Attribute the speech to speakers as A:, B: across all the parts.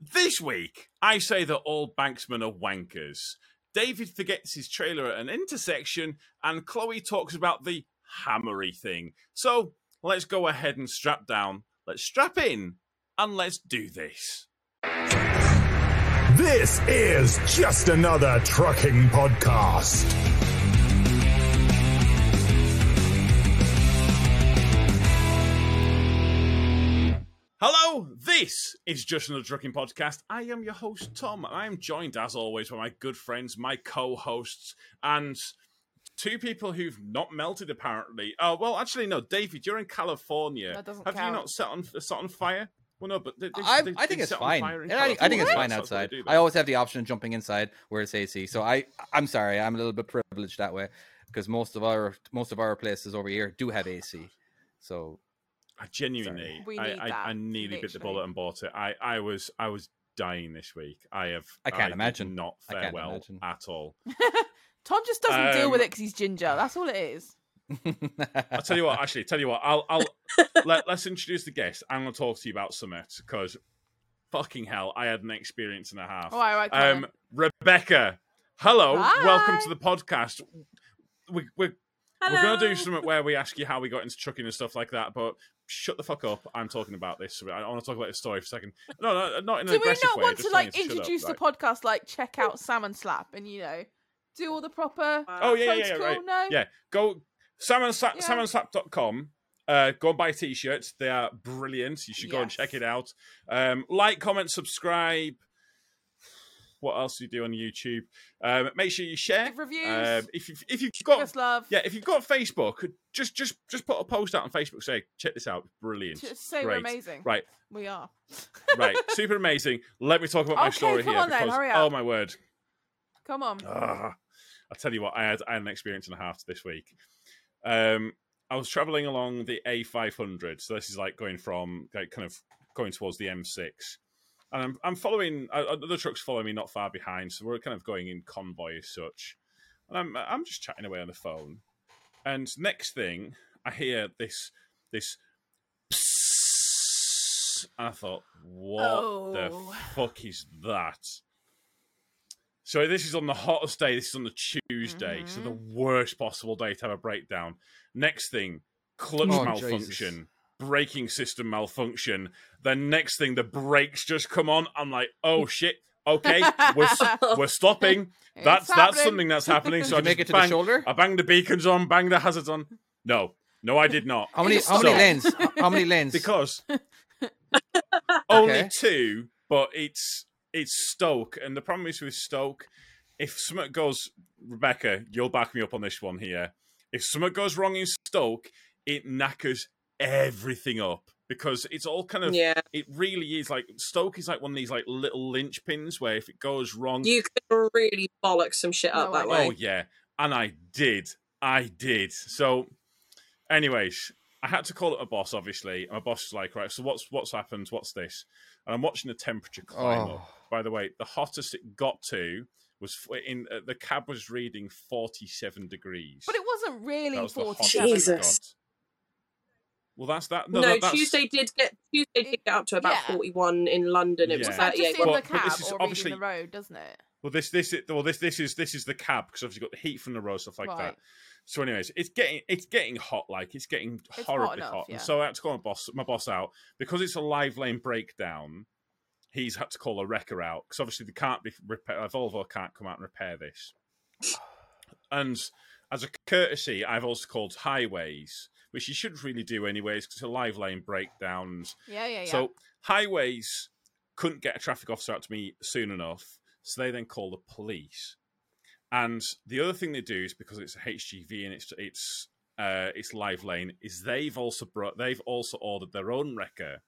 A: This week, I say that all banksmen are wankers. David forgets his trailer at an intersection, and Chloe talks about the hammery thing. So let's go ahead and strap down, let's strap in, and let's do this.
B: This is just another trucking podcast.
A: Hello, this is Just Another Trucking Podcast. I am your host, Tom. I am joined, as always, by my good friends, my co hosts, and two people who've not melted, apparently. Oh, well, actually, no, David, you're in California.
C: That doesn't
A: Have
C: count.
A: you not set on, set on fire? Well, no, but they, they,
D: I,
A: they-
D: I think
A: they
D: it's
A: set on
D: fine.
A: fire in
D: And I, I think it's
A: California.
D: fine
A: That's what
D: outside.
A: they do there.
D: I always have the option of jumping inside where it's AC. So I I'm sorry, I'm a little bit privileged that way because most of our most of our places over here do have AC. So
A: I genuinely,
C: We
A: I,
C: need
A: I,
C: that,
A: I nearly bit the
C: literally.
A: bullet and bought it. I, I was, I was dying this week. I have,
D: I can't
A: did
D: imagine.
A: not
D: I
A: fare
D: can't
A: well
D: imagine.
A: at all.
C: Tom just doesn't deal with
A: Um,
C: it because he's ginger. That's all it is.
A: I'll tell you what. Actually, tell you what. I'll, I'll let, let's introduce the guest. I'm going to talk to you about Summit because, fucking hell, I had an experience and a half.
C: All right, all right. come
A: um, Rebecca, hello, welcome
C: Hi.
A: to the podcast. We, we're we're going to do something where we ask you how we got into trucking and stuff like that, but. Shut the fuck up! I'm talking about this. I want to talk about this story for a second. No, no, not in
C: on.
A: an
C: Do we
A: aggressive
C: not
A: way,
C: want to
A: just
C: like
A: saying shut up,
C: introduce
A: right?
C: the podcast, like check out Salmon Slap, and you know, do all the proper
A: Oh yeah, yeah, yeah,
C: protocol?
A: right.
C: No,
A: Yeah, go salmonslap,
C: Yeah.
A: salmonslap.com. Uh, go and buy t-shirts. They are brilliant. You should go and
C: Yes.
A: check it out. Um, like, comment, subscribe. What else do you do on YouTube? Um, make sure you share.
C: Give reviews.
A: Um, if you if you've
C: give
A: got
C: us love.
A: yeah, if you've got Facebook, just just just put a post out on Facebook. Say check this out, brilliant.
C: Just say
A: Great.
C: we're amazing.
A: Right,
C: We are.
A: right, super amazing. Let me talk about my
C: Okay,
A: story
C: come
A: here
C: on then,
A: because
C: hurry
A: oh
C: up.
A: my word.
C: Come on.
A: Ah, I tell you what, I had, I had an experience and a half this week. Um, I was traveling along the A500, so this is like going from like kind of going towards the M6, and I'm I'm following uh, other trucks follow me not far behind, so we're kind of going in convoy as such, and I'm I'm just chatting away on the phone, and next thing I hear this this. And I thought, what
C: Oh.
A: the fuck is that? So this is on the hottest day. This is on the Tuesday. So the worst possible day to have a breakdown. Next thing, clutch
D: Oh,
A: malfunction,
D: Jesus.
A: braking system malfunction. Then next thing, the brakes just come on. I'm like, oh shit. Okay, we're, s- we're stopping.
C: It's
A: That's that's
C: happening.
A: something that's happening.
D: Did
A: So
D: you
A: I
D: make
A: just
D: it to the
A: bang,
D: shoulder?
A: I banged the beacons on, banged the hazards on. No, no, I did not.
D: how many
C: just
D: how many
A: stopped.
D: lanes? How many lanes?
A: because only
D: Okay.
A: two, but it's it's Stoke, and the problem is with Stoke, if something goes, Rebecca, you'll back me up on this one here. If something goes wrong in Stoke, it knackers everything up because it's all kind of
E: Yeah,
A: it really is like Stoke is like one of these like little linchpins where if it goes wrong,
E: you can really bollock some shit up
C: No, I
E: that
A: Oh
E: way.
A: yeah, and I did, I did. So, anyways, I had to call up my boss. Obviously, my boss is like, right, so what's what's happened? What's this? And I'm watching the temperature climb
D: Oh.
A: up. By the way, the hottest it got to was f- in uh, the cab was reading 47 degrees.
C: But it wasn't
A: That
C: really
A: was the hottest
C: 47.
A: it
E: Jesus.
A: got. Well, that's that. No,
E: No,
A: that- that's,
E: Tuesday did get Tuesday did get up to about
C: Yeah.
E: forty-one in London. It
A: Yeah.
E: was
A: That
C: That
E: thirty-eight.
C: just in
A: Well, but
C: the cab
A: this is
C: or
A: obviously-
C: reading the road, doesn't it?
A: Well, this this is well this this is this is the cab because obviously you've got the heat from the road stuff like that.
C: Right.
A: So, anyways, it's getting it's getting hot, like it's getting
C: hot
A: horribly hot.
C: enough, yeah.
A: And so I had to call my boss my boss out because it's a live lane breakdown. He's had to call a wrecker out because obviously they can't be repair, uh, Volvo can't come out and repair this. And as a courtesy, I've also called highways, which you should really do anyways because it's a live lane breakdown. and
C: Yeah, yeah, yeah.
A: so highways couldn't get a traffic officer out to me soon enough, so they then call the police. And the other thing they do is because it's a HGV and it's it's uh, it's live lane is they've also brought they've also ordered their own wrecker.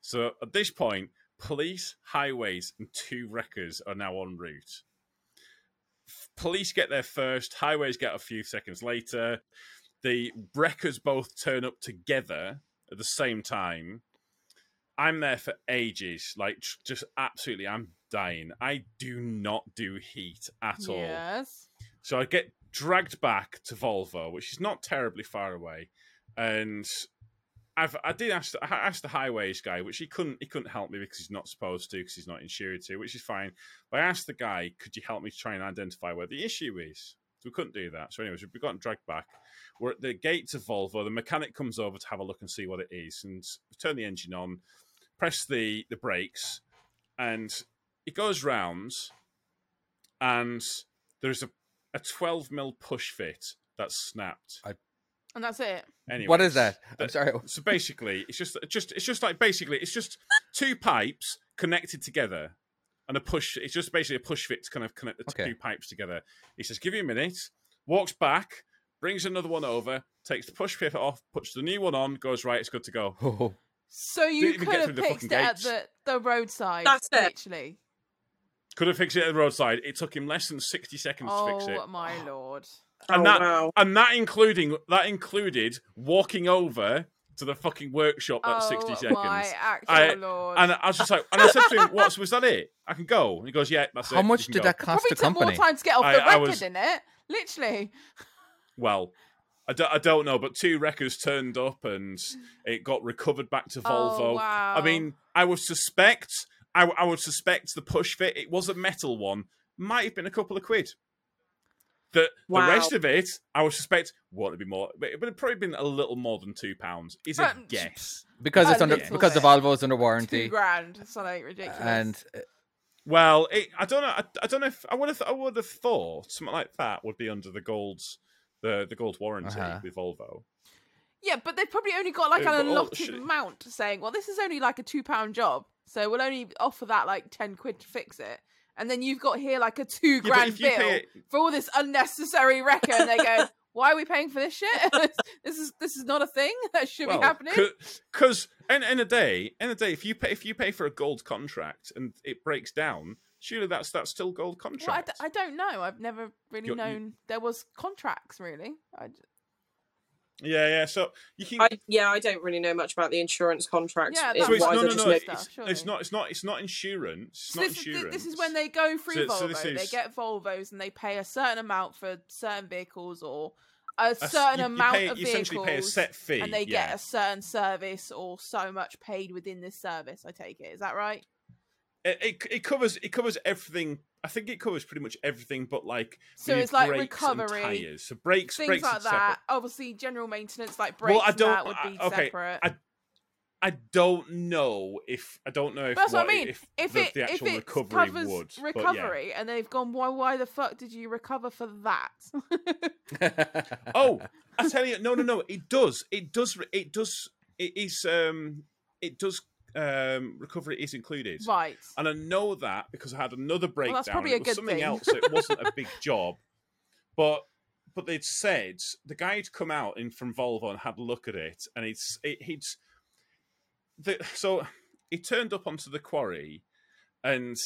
A: So at this point, police, highways, and two wreckers are now en route. F- Police get there first, highways get a few seconds later. The wreckers both turn up together at the same time. I'm there for ages, like tr- just absolutely, I'm dying. I do not do heat at all.
C: yes.
A: So I get dragged back to Volvo, which is not terribly far away, and I've I did ask I asked the highways guy, which he couldn't he couldn't help me because he's not supposed to because he's not insured to, which is fine. But I asked the guy, could you help me try and identify where the issue is? So we couldn't do that. So anyways, we got dragged back. We're at the gates of Volvo. The mechanic comes over to have a look and see what it is, and we turn the engine on, press the the brakes, and it goes round, and there's a a 12 mil push fit that's snapped.
C: and that's it.
A: Anyway,
D: What is that? I'm
A: that-
D: sorry.
A: so basically, it's just just it's just like basically it's just two pipes connected together, and a push. It's just basically a push fit to kind of connect the
D: Okay.
A: two pipes together. He says, "Give you a minute." Walks back, brings another one over, takes the push fit off, puts the new one on, goes right. It's good to go.
D: Oh,
C: So you
A: even
C: could
A: get
C: have
A: through the
C: fixed
A: fucking
C: it at
A: gates.
C: the, the roadside.
E: That's it.
C: Literally.
A: Could have fixed it at the roadside. It took him less than sixty seconds to fix it,
C: Oh my lord.
A: and
E: oh,
A: that
E: wow.
A: and that including that included walking over to the fucking workshop at
C: oh
A: sixty seconds.
C: my actual
A: I-
C: lord.
A: And I was just like, and I said to him, "What? So was that it? I can go." And he goes, "Yeah, that's it.
D: how
A: you
D: much
A: can
D: did
A: go."
D: that cost
C: Probably
D: the
C: took
D: company?
C: more time to get off
A: I-
C: the
A: I
C: record,
A: was-
C: didn't it? Literally.
A: Well, I don't, I don't know, but two wreckers turned up and it got recovered back to Volvo.
C: Oh, wow.
A: I mean, I would suspect, I, I would suspect the push fit. It was a metal one. Might have been a couple of quid. The
E: Wow.
A: the rest of it, I would suspect, won't be more. But it would have probably been a little more than two pounds. Is a
C: Um,
A: guess.
D: Because it's
C: A
D: under
C: little
D: because the
C: bit.
D: Volvo is under
C: two
D: warranty,
C: grand. Something ridiculous.
D: and uh,
A: Well, it, I don't know. I, I don't know if I would have. I would have thought something like that would be under the gold's the the gold warranty
D: Uh-huh.
A: with Volvo.
C: Yeah, but they've probably only got like
A: Yeah,
C: an
A: Uh, but all-
C: allotted
A: shit.
C: amount saying, well, this is only like a two pound job, so we'll only offer that like 10 quid to fix it. And then you've got here like a two
A: but
C: grand
A: if you
C: bill
A: pay it-
C: for all this unnecessary wrecker, and they go, why are we paying for this shit? this is this is not a thing that should be happening.
A: Because in in a day, in a day, if you pay if you pay for a gold contract and it breaks down, surely that's that's still gold
C: Well, I,
A: contract.
C: d- I don't know. I've never really
A: You're- you-
C: known there was contracts really. I j-
A: yeah, yeah. So you can.
E: I, yeah, I don't really know much about the insurance contracts.
C: Yeah,
E: It's
C: that's
A: so it's,
E: wise
A: no,
E: I
A: no,
E: just
A: no.
E: know-
A: It's,
C: stuff,
A: it's
C: surely.
A: not. It's not. It's not insurance. It's
C: So
A: not
C: this, is, thi-
A: insurance.
C: this is when they go through
A: So- so
C: Volvo.
A: this
C: They
A: is-
C: get Volvos and they pay a certain amount for certain vehicles or a
A: That's-
C: certain
A: you- you
C: amount
A: pay-
C: of
A: you essentially
C: vehicles,
A: pay a set fee,
C: and they
A: yeah.
C: get a certain service or so much paid within this service. I take it. Is that right?
A: it, it, it covers it covers everything. I think it covers pretty much everything, but like
C: So
A: the
C: it's like
A: brakes
C: recovery,
A: and tires. So brakes,
C: Things
A: brakes
C: like
A: is separate.
C: that. Obviously, general maintenance like brakes
A: Well, I
C: and
A: don't-
C: that would be
A: I- okay,
C: separate.
A: I- I don't know if I don't know if
C: But that's what,
A: what
C: I mean.
A: if,
C: if
A: the,
C: it
A: the
C: if
A: actual
C: it
A: recovery
C: covers
A: would but yeah.
C: recovery and they've gone, why why the fuck did you recover for that?
A: Oh, I tell you, no, no, no. It does. It does. re- It does. It is. Um. It does. Um. Recovery is included.
C: right.
A: And I know that because I had another breakdown.
C: that's
A: and
C: probably
A: it
C: a
A: was
C: good
A: something
C: thing.
A: else. so It wasn't a big job, but but they'd said the guy had come out in from Volvo and had a look at it, and it's it, he'd the, so he turned up onto the quarry, and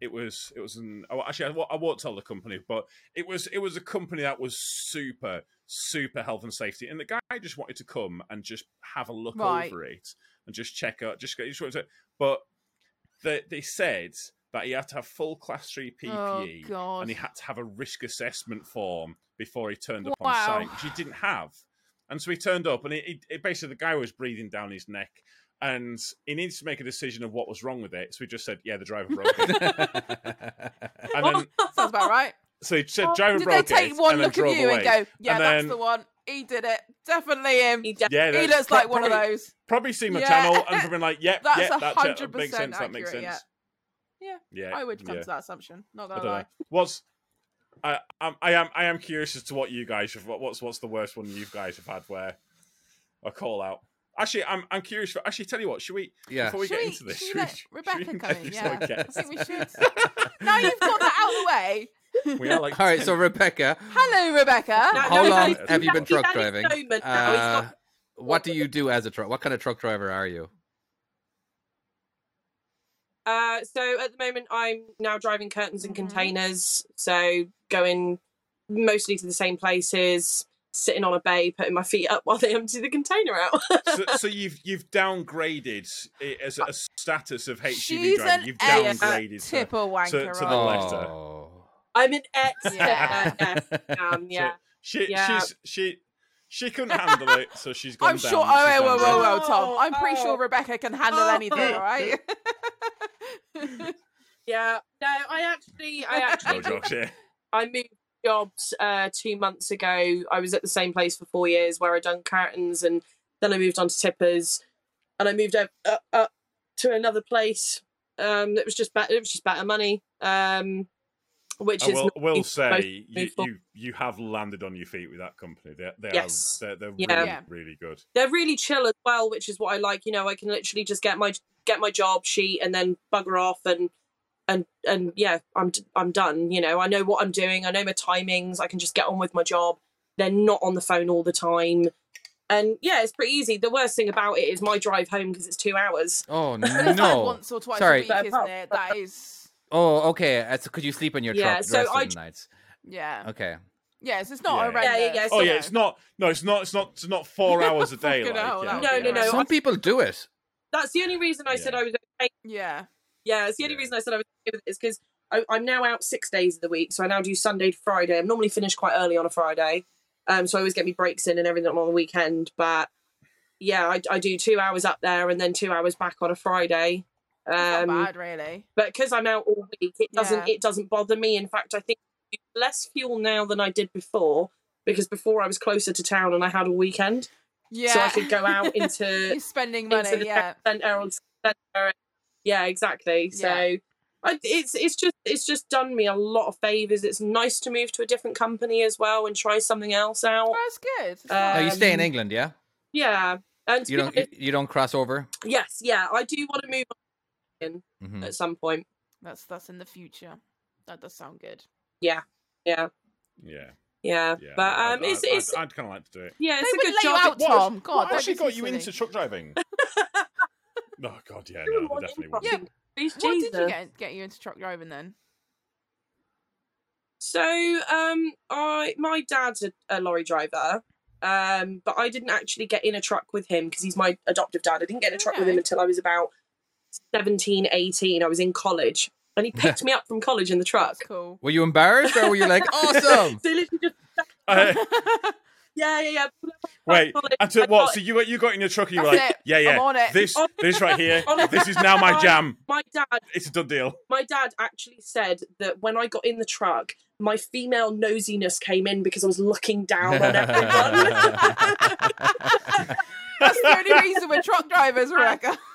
A: it was it was an oh, actually I, won't- I won't tell the company, but it was it was a company that was super super health and safety, and the guy just wanted to come and just have a look
C: Right.
A: over it and just check out just, go- he just wanted to, but they they said that he had to have full class three
C: oh
A: PPE
C: god.
A: E. and he had to have a risk assessment form before he turned up
C: Wow.
A: on site, which he didn't have. And so he turned up, and it, it, it basically the guy was breathing down his neck, and he needed to make a decision of what was wrong with it. So he just said, "Yeah, the driver broke it." and then
C: Sounds about right.
A: so he said, "Driver
C: Oh, did
A: broke
C: they take
A: it,"
C: one
A: and then
C: look at
A: drove
C: you
A: away.
C: and go, "Yeah,
A: And
C: that's
A: then-
C: the one. He did it. Definitely him.
E: He de-
A: yeah,
C: he
A: that's
C: looks
A: pro-
C: like one of
A: probably-
C: those."
A: Probably seen my
C: Yeah.
A: channel and probably like, "Yep,
C: That's
A: yep, that, that
C: 100%
A: makes sense. That makes sense."
C: accurate, yeah. Yeah,
A: yeah.
C: I would come
A: yeah.
C: to that assumption. Not
A: I
C: gonna
A: don't know.
C: lie.
A: What's I, I'm, I am I am curious as to what you guys have. What, what's what's the worst one you guys have had where a call out? Actually, I'm I'm curious. For, actually, tell you what, should we
D: yeah.
A: before we
C: Should
A: get
C: we-
A: into this?
C: should
A: should
C: we let
A: should
C: Rebecca
A: we
C: come
A: make
C: in?
A: some
C: Yeah. I
A: guesses?
C: think we should. now you've got that out of the way.
A: We are like
D: All right, so Rebecca,
C: Hello, Rebecca.
E: No,
D: how
E: no,
D: long
E: he's-
D: have you been
E: he's had
D: truck
E: his
D: driving?
E: moment now, he's
D: Uh,
E: got-
D: what do you do as a truck? What kind of truck driver are you?
E: Uh, so at the moment, I'm now driving curtains and
C: Mhm.
E: containers. So going mostly to the same places, sitting on a bay, putting my feet up while they empty the container out.
A: so, so you've you've downgraded it as a a status of HGV
C: Uh, She's
A: driver.
C: an
A: E You've
E: A-
A: downgraded. to-
C: Tipper wanker.
A: to the
C: right?
A: left. Alexa.
D: Oh.
E: I'm an expert.
C: Yeah.
E: yeah. Um,
A: to-
E: yeah.
A: she
E: Yeah.
A: she's she She couldn't handle it, so she's gone
C: I'm
A: down.
C: sure. Oh,
A: She's
C: oh,
A: down
C: whoa, whoa,
A: there.
C: whoa, Tom!
E: Oh,
C: I'm pretty
E: oh.
C: sure Rebecca can handle
E: Oh.
C: anything, all right?
E: Yeah. No, I actually, I
A: No
E: actually,
A: jokes here.
E: I moved jobs uh, two months ago. I was at the same place for four years where I done curtains, and then I moved on to tippers, and I moved up, up, up to another place. Um, it was just better. It was just better money. Um, which
A: I
E: is
A: will,
E: not
A: will
E: even close.
A: say you,
E: forward.
A: you you have landed on your feet with that company. They, they
E: Yes.
A: are they're, they're
E: Yeah.
A: really
C: Yeah.
A: really good.
E: They're really chill as well, which is what I like. You know, I can literally just get my get my job sheet and then bugger off and and and yeah, I'm d- I'm done. You know, I know what I'm doing. I know my timings. I can just get on with my job. They're not on the phone all the time, and yeah, it's pretty easy. The worst thing about it is my drive home because it's two hours.
D: Oh
C: That's like
D: no!
C: once or twice
D: Sorry.
C: a week, isn't it? That is.
D: Oh, okay. That's, could you sleep in your
E: Yeah,
D: truck the
E: so
D: rest
E: I-
D: of the nights?
C: Yeah.
D: Okay.
C: Yes, it's not
A: Yeah.
C: horrendous.
E: Yeah, yeah, yeah,
A: Oh
E: So-
A: yeah, it's not. No, it's not. It's not. It's not four hours a day.
C: Fucking
A: like,
C: hell,
A: yeah,
C: that
E: No,
A: yeah.
C: would be
E: no, no.
C: horrendous.
D: Some people do it.
E: That's the only reason I said
A: Yeah.
E: I was okay.
C: Yeah.
E: Yeah, it's the only
A: Yeah.
E: reason I said I was okay with it is because I'm now out six days of the week, so I now do Sunday to Friday. I'm normally finished quite early on a Friday, um, so I always get me breaks in and everything on the weekend. But yeah, I, I do two hours up there and then two hours back on a Friday.
C: It's
E: Um,
C: not bad, really.
E: but because I'm out all week, it doesn't
C: Yeah.
E: it doesn't bother me. In fact, I think I use less fuel now than I did before because before I was closer to town and I had a weekend,
C: Yeah.
E: so I could go out into
C: You're spending
E: into
C: money,
E: the
C: yeah.
E: centre on centre. Yeah, exactly. So I, it's it's just it's just done me a lot of favors. It's nice to move to a different company as well and try something else out.
C: Oh, that's good. It's
E: Uh,
D: Now
C: nice.
D: you stay in
E: Um,
D: England, yeah?
E: Yeah, and to
D: You
E: be
D: don't you,
E: honest-
D: you don't cross over.
E: yes, yeah, I do want to move on
D: hmm
E: at some point.
C: That's that's in the future. That does sound good.
E: Yeah,
A: Yeah,
E: yeah,
A: yeah.
E: but
A: I'd-
E: um, it's
A: I'd,
E: it's
A: I'd, I'd kind of like to do it.
E: yeah, it's
C: they
E: a
C: wouldn't
E: good
C: let
E: job.
C: you out,
E: It
A: What-
C: Tom. God,
A: what
C: don't
A: actually
C: be
A: got
C: so
A: you
C: silly.
A: into truck driving? oh god, yeah, no, they definitely wouldn't.
E: what
C: Yeah. What did you
E: Jesus.
C: get, get you into truck driving then?
E: So, um, I my dad's a, a lorry driver, um, but I didn't actually get in a truck with him because he's my adoptive dad. I didn't get in a truck with him
C: Okay.
E: until I was about 17, 18. I was in college, and he picked me up from college in the truck.
C: That's cool.
D: Were you embarrassed or were you like awesome?
E: so literally just
A: Uh,
E: yeah, yeah, yeah.
A: wait,
E: College,
A: and so
E: I
A: what?
E: got-
A: So you were- you got in your truck and you were
C: That's
A: like,
C: it.
A: yeah, yeah,
C: I'm on it.
A: this
E: On-
A: this right here,
E: on it.
A: this is now my
E: On-
A: jam.
E: My dad,
A: It's a done deal.
E: my dad actually said that when I got in the truck, my female nosiness came in because I was looking down on everyone.
C: That's the only reason we're truck drivers, Rebecca.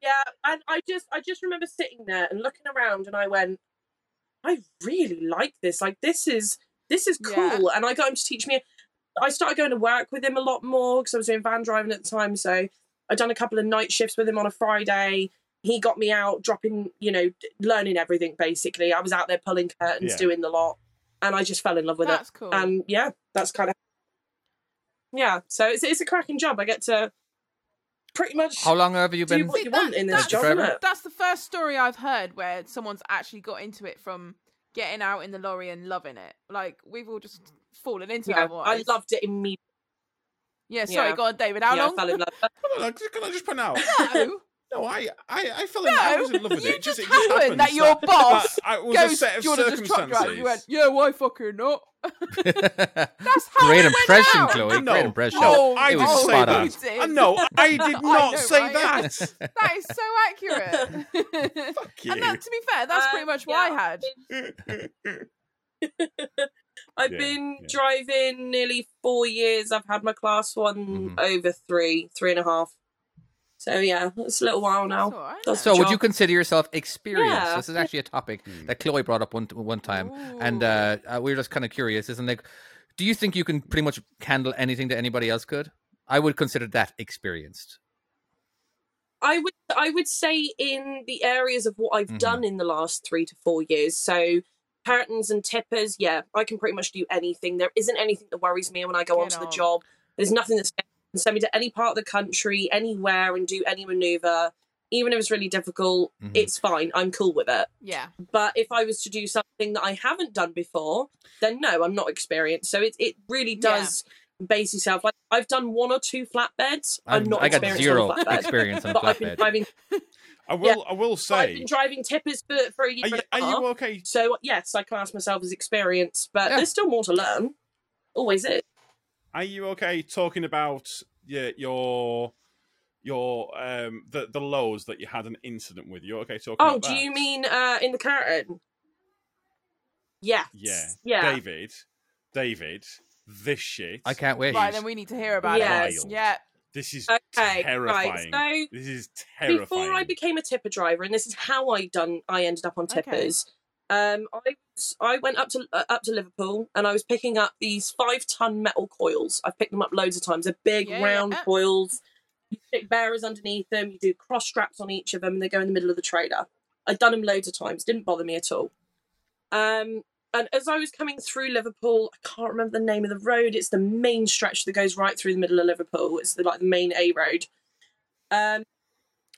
E: Yeah, and I just I just remember sitting there and looking around and I went, I really like this. Like this is this is cool.
C: Yeah.
E: And I got him to teach me I started going to work with him a lot more because I was doing van driving at the time. So I'd done a couple of night shifts with him on a Friday. He got me out dropping, you know, d- learning everything basically. I was out there pulling curtains,
A: Yeah.
E: doing the lot, and I just fell in love with it.
C: That's cool.
E: And yeah, that's kind of yeah. So it's it's a cracking job. I get to pretty much
D: How long have you
E: do
D: been?
E: what you want in this
C: that's-
E: job, innit?
C: That's the first story I've heard where someone's actually got into it from getting out in the lorry and loving it. Like we've all just fallen into it.
E: Yeah, I
C: otherwise.
E: loved it immediately.
C: Yeah, sorry,
E: yeah.
C: go on, David. How
E: yeah,
C: long?
E: I fell in love.
A: Hold on, Can I just point out?
C: No.
A: No, I, I, I fell in, I was in love with
C: you
A: it. it.
C: just
A: it
C: happened that
A: happens
C: your boss
A: I, I was a
C: Goes,
A: set of
C: "Do you wanna just truck drive?"
A: circumstances.
C: You went, yeah, why fucking not? That's how
D: Great
C: it went
D: impression,
C: down.
D: Chloe.
A: No,
D: Great impression.
A: no, I
D: It
A: didn't
D: was
A: say
D: spot
A: that.
D: on.
C: you did.
A: Uh, no, I did not
C: know,
A: say
C: right?
A: that.
C: That is so accurate.
A: Fuck you.
C: and that, to be fair, that's
E: Uh,
C: pretty much
E: yeah,
C: what I had.
E: I've
A: Yeah,
E: been
A: yeah.
E: driving nearly four years. I've had my class one
A: Mm-hmm.
D: Mhm.
E: over three, three and a half. So yeah, it's a little while
C: That's
E: now.
C: all right.
E: That's
D: So, would
E: job.
D: you consider yourself experienced?
E: Yeah.
D: This is actually a topic
A: Hmm.
D: that Chloe brought up one one time, and
C: Ooh.
D: uh, uh, we were just kind of curious. Isn't like, do you think you can pretty much handle anything that anybody else could? I would consider that experienced.
E: I would I would say in the areas of what I've
D: Mhm.
E: done in the last three to four years. So curtains and tippers, yeah, I can pretty much do anything. There isn't anything that worries me when I go
C: Get
E: onto the
C: on.
E: job. There's nothing that's can send me to any part of the country, anywhere, and do any maneuver. Even if it's really difficult,
D: Mhm.
E: it's fine. I'm cool with it.
C: yeah.
E: But if I was to do something that I haven't done before, then no, I'm not experienced. So it, it really
C: Yeah.
E: does base yourself. Like I've done one or two flatbeds. I'm,
D: I'm-
E: not
D: I got
E: experienced
D: zero
E: on a flatbed.
D: experience on
E: but I've been
D: flatbed.
E: driving
A: I will, I will
E: but I've
A: say.
E: been driving tippers for, for a year
A: Are you,
E: and a
A: are
E: half.
A: you okay?
E: So yes, I class myself as experienced, but
D: Yeah.
E: there's still more to learn. Always is.
A: are you okay talking about your your your um the the lows that you had an incident with? You okay talking?
E: Oh,
A: about
E: do you
A: that?
E: mean uh, in the curtain? Yes.
A: Yeah,
E: Yeah.
A: David? David, this shit.
D: I can't wait.
C: Right, then we need to hear about
E: Yes.
C: it. Yeah.
A: This is
E: Okay.
A: terrifying.
E: Right.
A: this is
E: So
A: terrifying.
E: before I became a tipper driver, and this is how I done. I ended up on
C: Okay.
E: tippers. Um, I was- I went up to uh, up to Liverpool, and I was picking up these five ton metal coils. I've picked them up loads of times. They're big
C: Yeah,
E: round
C: yeah.
E: coils. You stick bearers underneath them. You do cross straps on each of them. and They go in the middle of the trailer. I've done them loads of times. Didn't bother me at all. Um, and as I was coming through Liverpool, I can't remember the name of the road. It's the main stretch that goes right through the middle of Liverpool. It's the, like the main A road. Um,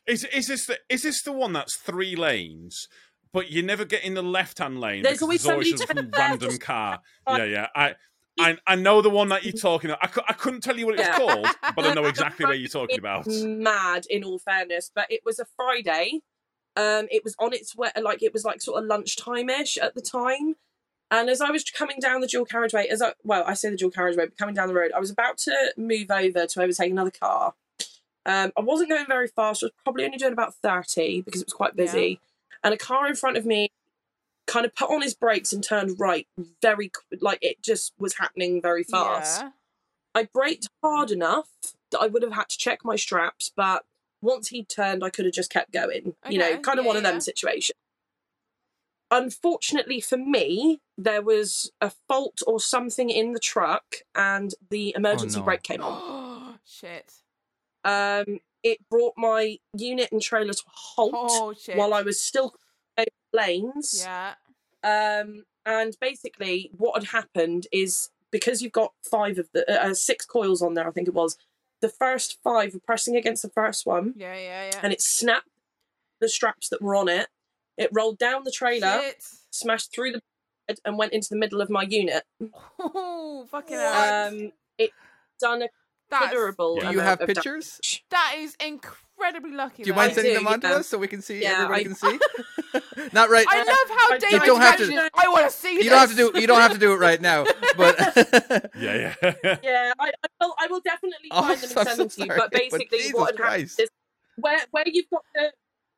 A: Is is this the is this the one that's three lanes, but you never get in the left hand lane?
E: There's
A: because
E: always
A: there's
E: somebody Uh,
A: always some
E: turning
A: random
E: left.
A: car. Yeah, yeah. I, I I know the one that you're talking about. I, cou- I couldn't tell you what it's
E: Yeah.
A: called, but I know exactly what you're talking about.
E: mad in all fairness but it was a friday um it was on its way like it was like sort of lunchtime-ish at the time and as i was coming down the dual carriageway as i well i say the dual carriageway but coming down the road i was about to move over to overtake another car um i wasn't going very fast i was probably only doing about 30 because it was quite
C: Yeah.
E: busy and a car in front of me kind of put on his brakes and turned right very qu- like it just was happening very fast
C: Yeah.
E: I braked hard enough that I would have had to check my straps, but once he turned, I could have just kept going. You know,
C: Okay,
E: kind of
C: yeah,
E: one of
C: yeah.
E: them situations. Unfortunately for me, there was a fault or something in the truck, and the emergency
D: no.
E: brake came on.
C: shit.
E: Um, it brought my unit and trailer to a halt
C: Oh shit.
E: while I was still over lanes.
C: Yeah.
E: Um, and basically, what had happened is because you've got five of the uh, uh, six coils on there, I think it was, the first five were pressing against the first one,
C: Yeah, yeah, yeah.
E: and it snapped the straps that were on it. It rolled down the trailer,
C: Shit.
E: smashed through the bed, and went into the middle of my unit.
C: Oh, fucking hell.
E: Um, it done a
C: That's,
E: considerable.
A: Do
D: Do
A: Yeah.
D: you have
E: amount of damage.
D: pictures?
C: that is incredibly lucky.
D: Do you
C: though.
D: mind
E: I
D: sending
E: do,
D: them on to
E: yeah.
D: us so we can see?
E: Yeah,
D: Everybody
E: I-
D: can see. Not right.
C: I love how
E: I-
C: David.
D: You don't have to-
C: mentioned, I want to see this.
D: you don't have to do. You don't have to do it right now. But
A: Yeah, yeah.
E: Yeah, I, I will. I will definitely
D: Oh,
E: find them
D: I'm
E: and send them to
D: so
E: you.
D: sorry,
E: But
D: but
E: basically,
D: Jesus
E: what had happened
D: Christ.
E: is where where you've got the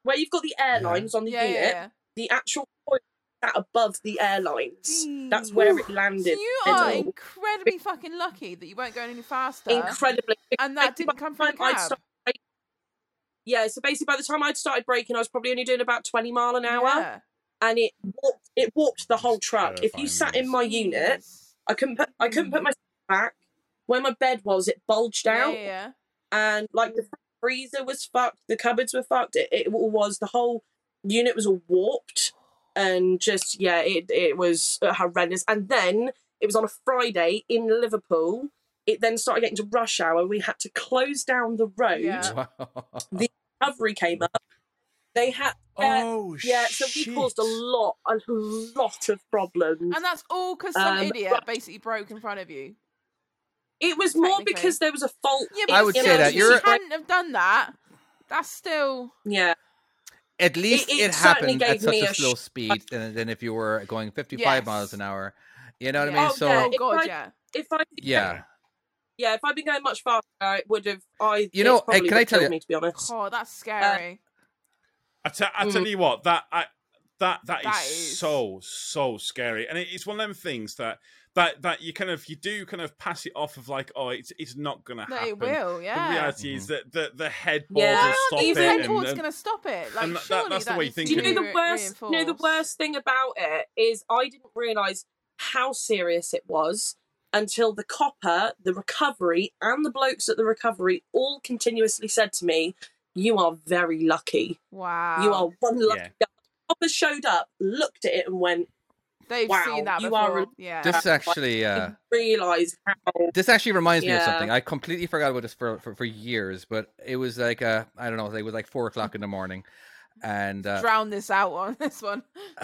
E: where you've got the airlines on the
C: Yeah,
E: unit.
C: yeah,
E: the actual point that above the airlines. That's
C: Jeez.
E: where it
C: yeah.
E: landed.
C: You
E: middle.
C: are incredibly fucking lucky that you weren't going any faster,
E: Incredibly.
C: and that didn't come from the
E: I'd
C: cab.
E: start- yeah, so basically by the time I'd started braking, I was probably only doing about 20 mile an hour
C: Yeah.
E: and it warped, it warped the whole truck. If you
A: terrifying,
E: sat in
A: isn't it?
E: my unit,
C: Jeez.
E: I couldn't put, I couldn't put my back. Where my bed was, it bulged
C: Yeah,
E: out
C: Hmm. yeah, yeah.
E: and like
C: Mm.
E: the freezer was fucked, the cupboards were fucked. It, it all was the whole unit was all warped, and just yeah, it it was uh, horrendous. And then it was on a Friday in Liverpool. It then started getting to rush hour. We had to close down the road.
C: Yeah.
D: wow.
E: The recovery came up. They had yeah,
A: Oh
E: yeah. So
A: shit!
E: we caused a lot, a lot of problems.
C: And that's all because some
E: Um,
C: idiot
E: right.
C: basically broke in front of you.
E: It was more
C: technically.
E: because there was a fault.
C: Yeah,
E: in
C: but
D: I would
E: the
D: say that
C: if
E: emergency
D: you're-
C: you hadn't have done that, that's still
E: Yeah.
D: At least
E: it
D: it,
E: certainly
D: happened at
E: gave
D: such
E: me
D: a
E: a
D: slow
E: sh-
D: speed than, than if you were going 55 miles
C: Yes.
D: an hour. You know what
C: Yeah.
D: I
E: Oh,
D: mean? So
E: yeah,
C: oh
E: if
C: god,
E: I-
C: yeah.
E: if I
D: yeah.
E: yeah, if I'd been going much faster, it would have. I
D: You know,
E: it probably
D: hey, can
E: would
D: I
E: have
D: tell
E: killed
D: you-
E: Me to be honest,
C: Oh, that's scary.
A: I te- I
E: Mm.
A: tell you what, that I that
C: That
A: that is,
C: is-
A: so so scary, and it, it's one of them things that that that you kind of you do kind of pass it off of like, oh, it's it's not gonna
C: no,
A: happen.
C: it will, yeah.
A: The reality is
D: Mm-hmm.
A: that the the headboard
E: Yeah.
A: will
E: Why
A: stop
C: Not even
A: it.
C: headboard's
A: and-
C: going to stop it. Like,
A: and that- that-
C: surely
A: that's the
C: that
A: way you
C: needs to
A: think
E: do you
A: it
E: know
A: can
E: the
C: be
E: worst? You know the
C: reinforced.
E: worst thing about it is I didn't realise how serious it was until the copper, the recovery, and the blokes at the recovery all continuously said to me, "You are very lucky.
C: Wow.
E: You are one lucky."
A: Yeah.
E: guy." Copper showed up, looked at it, and went,
C: They've
E: wow,
C: seen that
E: you
C: before.
E: are a-
C: yeah.
D: This actually. Uh,
E: "Realise how."
D: This actually reminds me of
E: Yeah.
D: something. I completely forgot about this for, for, for years, but it was like uh, I don't know, it was like four o'clock in the morning, and uh,
C: Drown this out on this one.